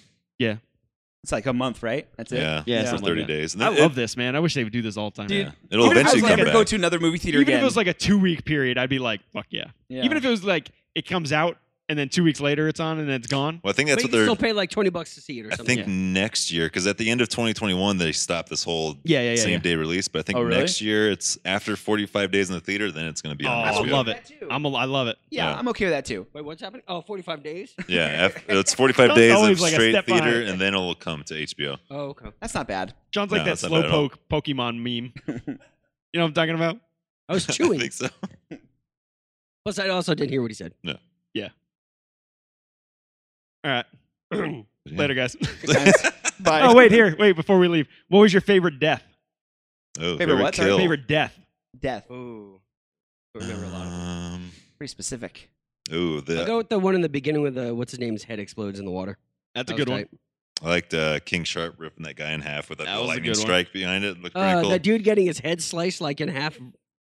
[SPEAKER 4] It's like a month, right? That's it.
[SPEAKER 2] Yeah,
[SPEAKER 1] Yeah,
[SPEAKER 2] for
[SPEAKER 1] something like
[SPEAKER 2] 30
[SPEAKER 1] that.
[SPEAKER 2] days. And
[SPEAKER 1] I
[SPEAKER 2] then it-
[SPEAKER 1] love this, man. I wish they would do this all the time.
[SPEAKER 4] Dude,
[SPEAKER 2] Yeah. It'll
[SPEAKER 4] Even if I
[SPEAKER 2] eventually
[SPEAKER 4] was
[SPEAKER 2] come
[SPEAKER 4] like,
[SPEAKER 2] back.
[SPEAKER 4] go to another movie theater
[SPEAKER 1] Even
[SPEAKER 4] again.
[SPEAKER 1] if it was like a two week period, I'd be like, fuck yeah. Even if it was like it comes out and then two weeks later it's on and then it's gone.
[SPEAKER 2] well, I think that's
[SPEAKER 3] but
[SPEAKER 2] what
[SPEAKER 3] you
[SPEAKER 2] they're.
[SPEAKER 3] still pay like twenty bucks to see it or
[SPEAKER 2] I
[SPEAKER 3] something.
[SPEAKER 2] think next year, because at the end of 2021 they stopped this whole
[SPEAKER 1] Yeah, yeah, yeah.
[SPEAKER 2] same
[SPEAKER 1] yeah.
[SPEAKER 2] day release. But I think
[SPEAKER 4] Oh, really?
[SPEAKER 2] next year it's after 45 days in the theater, then it's going to be
[SPEAKER 1] Oh,
[SPEAKER 2] on.
[SPEAKER 1] I
[SPEAKER 2] HBO.
[SPEAKER 1] love it.
[SPEAKER 4] too.
[SPEAKER 1] I'm a, I love it.
[SPEAKER 4] yeah,
[SPEAKER 2] yeah.
[SPEAKER 4] I'm okay with that too.
[SPEAKER 3] Wait, what's happening? Oh, 45 days.
[SPEAKER 2] Yeah, af- it's 45 days
[SPEAKER 1] Always
[SPEAKER 2] of
[SPEAKER 1] like a
[SPEAKER 2] straight
[SPEAKER 1] step
[SPEAKER 2] theater,
[SPEAKER 1] behind.
[SPEAKER 2] and then it'll come to HBO.
[SPEAKER 3] Oh, okay.
[SPEAKER 4] That's not bad.
[SPEAKER 1] John's
[SPEAKER 2] No,
[SPEAKER 1] like that
[SPEAKER 2] that's not bad at all.
[SPEAKER 1] slowpoke Pokemon meme. you know what I'm talking about?
[SPEAKER 3] I was
[SPEAKER 2] I
[SPEAKER 3] chewing.
[SPEAKER 2] think so.
[SPEAKER 3] Plus, I also didn't hear what he said.
[SPEAKER 1] All right. Later, guys.
[SPEAKER 4] Bye.
[SPEAKER 1] oh, wait, here. Wait, before we leave, what was your favorite death?
[SPEAKER 2] Oh,
[SPEAKER 4] Favorite what? Sorry,
[SPEAKER 2] kill.
[SPEAKER 1] Favorite death?
[SPEAKER 4] Death.
[SPEAKER 3] Oh, remember a lot. Of
[SPEAKER 2] Um,
[SPEAKER 4] Pretty specific.
[SPEAKER 2] ooh, the,
[SPEAKER 3] I'll go with the one in the beginning with the what's his name's head explodes in the water.
[SPEAKER 1] That's
[SPEAKER 3] That
[SPEAKER 1] a
[SPEAKER 3] was
[SPEAKER 1] good one.
[SPEAKER 3] tight.
[SPEAKER 2] I liked uh, King Sharp ripping that guy in half with that,
[SPEAKER 1] That
[SPEAKER 2] little
[SPEAKER 1] was a
[SPEAKER 2] lightning
[SPEAKER 1] good one.
[SPEAKER 2] strike behind it. It looked pretty
[SPEAKER 3] Uh,
[SPEAKER 2] cool.
[SPEAKER 3] The dude getting his head sliced like in half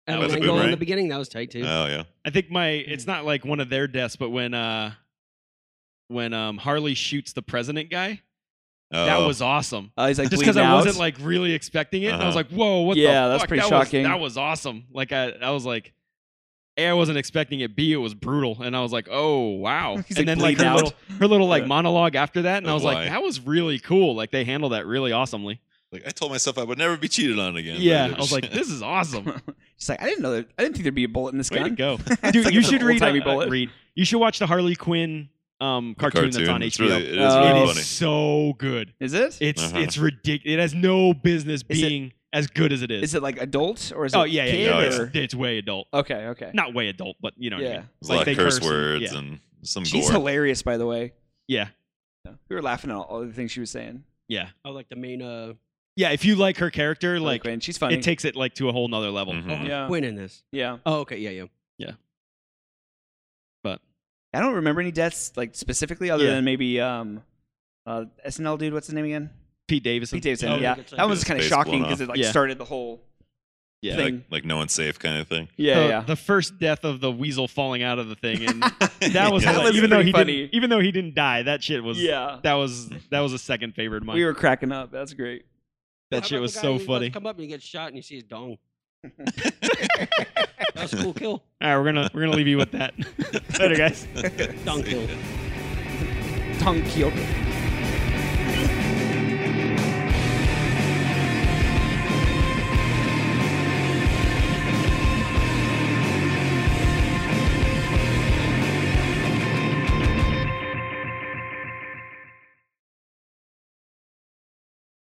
[SPEAKER 1] That
[SPEAKER 3] at
[SPEAKER 1] was
[SPEAKER 3] an
[SPEAKER 1] a
[SPEAKER 3] angle
[SPEAKER 1] good
[SPEAKER 3] in
[SPEAKER 2] one.
[SPEAKER 3] the beginning. That was tight too.
[SPEAKER 2] oh yeah,
[SPEAKER 1] I think my it's not like one of their deaths, but when uh when um Harley shoots the president guy, that
[SPEAKER 2] Oh,
[SPEAKER 1] was awesome.
[SPEAKER 4] Oh, he's like
[SPEAKER 1] just because
[SPEAKER 4] bleeding
[SPEAKER 1] I
[SPEAKER 4] out.
[SPEAKER 1] wasn't like really expecting it, and I was
[SPEAKER 2] Uh-huh.
[SPEAKER 1] like, "Whoa, what the
[SPEAKER 4] Yeah,
[SPEAKER 1] fuck?"
[SPEAKER 4] that's pretty
[SPEAKER 1] that
[SPEAKER 4] shocking.
[SPEAKER 1] Was, that was awesome. Like I, I was like, a, I wasn't expecting it. B, it was brutal, and I was like, "Oh wow!"
[SPEAKER 4] He's,
[SPEAKER 1] and then like
[SPEAKER 4] bleeding
[SPEAKER 1] her
[SPEAKER 4] out.
[SPEAKER 1] little, her little like
[SPEAKER 2] Yeah.
[SPEAKER 1] monologue after that, and I
[SPEAKER 2] Of
[SPEAKER 1] was
[SPEAKER 2] why.
[SPEAKER 1] like, "That was really cool." Like they handled that really awesomely.
[SPEAKER 2] like I told myself I would never be cheated on again. but
[SPEAKER 1] Yeah,
[SPEAKER 2] it
[SPEAKER 1] I was like, "This is awesome."
[SPEAKER 4] She's like, I didn't know. There, I didn't think there'd be a bullet in this
[SPEAKER 1] Way to
[SPEAKER 4] gun.
[SPEAKER 1] go,
[SPEAKER 4] It's
[SPEAKER 1] dude!
[SPEAKER 4] like
[SPEAKER 1] you
[SPEAKER 4] it's an
[SPEAKER 1] should read,
[SPEAKER 4] old-timey
[SPEAKER 1] uh,
[SPEAKER 4] bullet.
[SPEAKER 1] read. You should watch the Harley Quinn um, cartoon, that's on
[SPEAKER 2] It's
[SPEAKER 1] HBO.
[SPEAKER 2] really, it is
[SPEAKER 4] Oh.
[SPEAKER 2] really
[SPEAKER 1] it
[SPEAKER 2] funny.
[SPEAKER 1] is so good.
[SPEAKER 4] Is it?
[SPEAKER 1] It's
[SPEAKER 2] Uh-huh.
[SPEAKER 1] it's ridiculous. It has no business
[SPEAKER 4] Is it-
[SPEAKER 1] being as good as it is.
[SPEAKER 4] Is it like adult or is it
[SPEAKER 1] oh yeah, yeah,
[SPEAKER 4] kid
[SPEAKER 1] yeah.
[SPEAKER 2] No,
[SPEAKER 1] It's,
[SPEAKER 4] or-
[SPEAKER 1] it's way adult.
[SPEAKER 4] Okay, okay.
[SPEAKER 1] Not way adult, but you know what I
[SPEAKER 4] yeah.
[SPEAKER 1] mean.
[SPEAKER 2] There's
[SPEAKER 1] like
[SPEAKER 2] a lot
[SPEAKER 1] they
[SPEAKER 2] of curse
[SPEAKER 1] curse and-
[SPEAKER 2] words
[SPEAKER 1] yeah.
[SPEAKER 2] and some
[SPEAKER 4] She's
[SPEAKER 2] gore.
[SPEAKER 4] hilarious, by the way.
[SPEAKER 1] Yeah,
[SPEAKER 4] We were laughing at all, all the things she was saying.
[SPEAKER 1] yeah,
[SPEAKER 3] Oh, like the main uh,
[SPEAKER 1] yeah. If you like her character,
[SPEAKER 4] Harley
[SPEAKER 1] like
[SPEAKER 4] Quinn, she's funny.
[SPEAKER 1] it takes it like to a whole nother level.
[SPEAKER 2] Mhm.
[SPEAKER 4] yeah,
[SPEAKER 3] Quinn in this.
[SPEAKER 4] yeah.
[SPEAKER 3] Oh, okay, yeah, yeah.
[SPEAKER 1] But
[SPEAKER 4] I don't remember any deaths like specifically, other
[SPEAKER 1] Yeah.
[SPEAKER 4] than maybe um, uh, SNL dude. What's his name again?
[SPEAKER 1] Pete Davidson,
[SPEAKER 4] Pete Davidson.
[SPEAKER 1] Oh,
[SPEAKER 4] yeah,
[SPEAKER 3] that's
[SPEAKER 4] that
[SPEAKER 3] like-
[SPEAKER 4] was kind of
[SPEAKER 2] Face
[SPEAKER 4] shocking
[SPEAKER 2] blown
[SPEAKER 4] because it like
[SPEAKER 1] Yeah.
[SPEAKER 4] started the whole.
[SPEAKER 1] yeah.
[SPEAKER 4] thing.
[SPEAKER 2] like, like no one's safe kind of thing.
[SPEAKER 1] The,
[SPEAKER 4] Yeah, yeah.
[SPEAKER 1] the first death of the weasel falling out of the thing, and that was,
[SPEAKER 4] That
[SPEAKER 1] hilarious.
[SPEAKER 4] was
[SPEAKER 1] even though
[SPEAKER 4] pretty
[SPEAKER 1] he
[SPEAKER 4] funny.
[SPEAKER 1] didn't, even though he didn't die, that shit was
[SPEAKER 4] yeah.
[SPEAKER 1] that was that was a second favorite of mine.
[SPEAKER 4] We were cracking up. That's great.
[SPEAKER 1] that
[SPEAKER 3] How
[SPEAKER 1] shit
[SPEAKER 3] about
[SPEAKER 1] was
[SPEAKER 3] the guy
[SPEAKER 1] so
[SPEAKER 3] who, like,
[SPEAKER 1] funny.
[SPEAKER 3] Come up and he gets shot and you see his dong. That was a cool kill.
[SPEAKER 1] All right, we're gonna we're gonna leave you with that. Later, guys.
[SPEAKER 3] Dong kill.
[SPEAKER 4] Tongue peeled.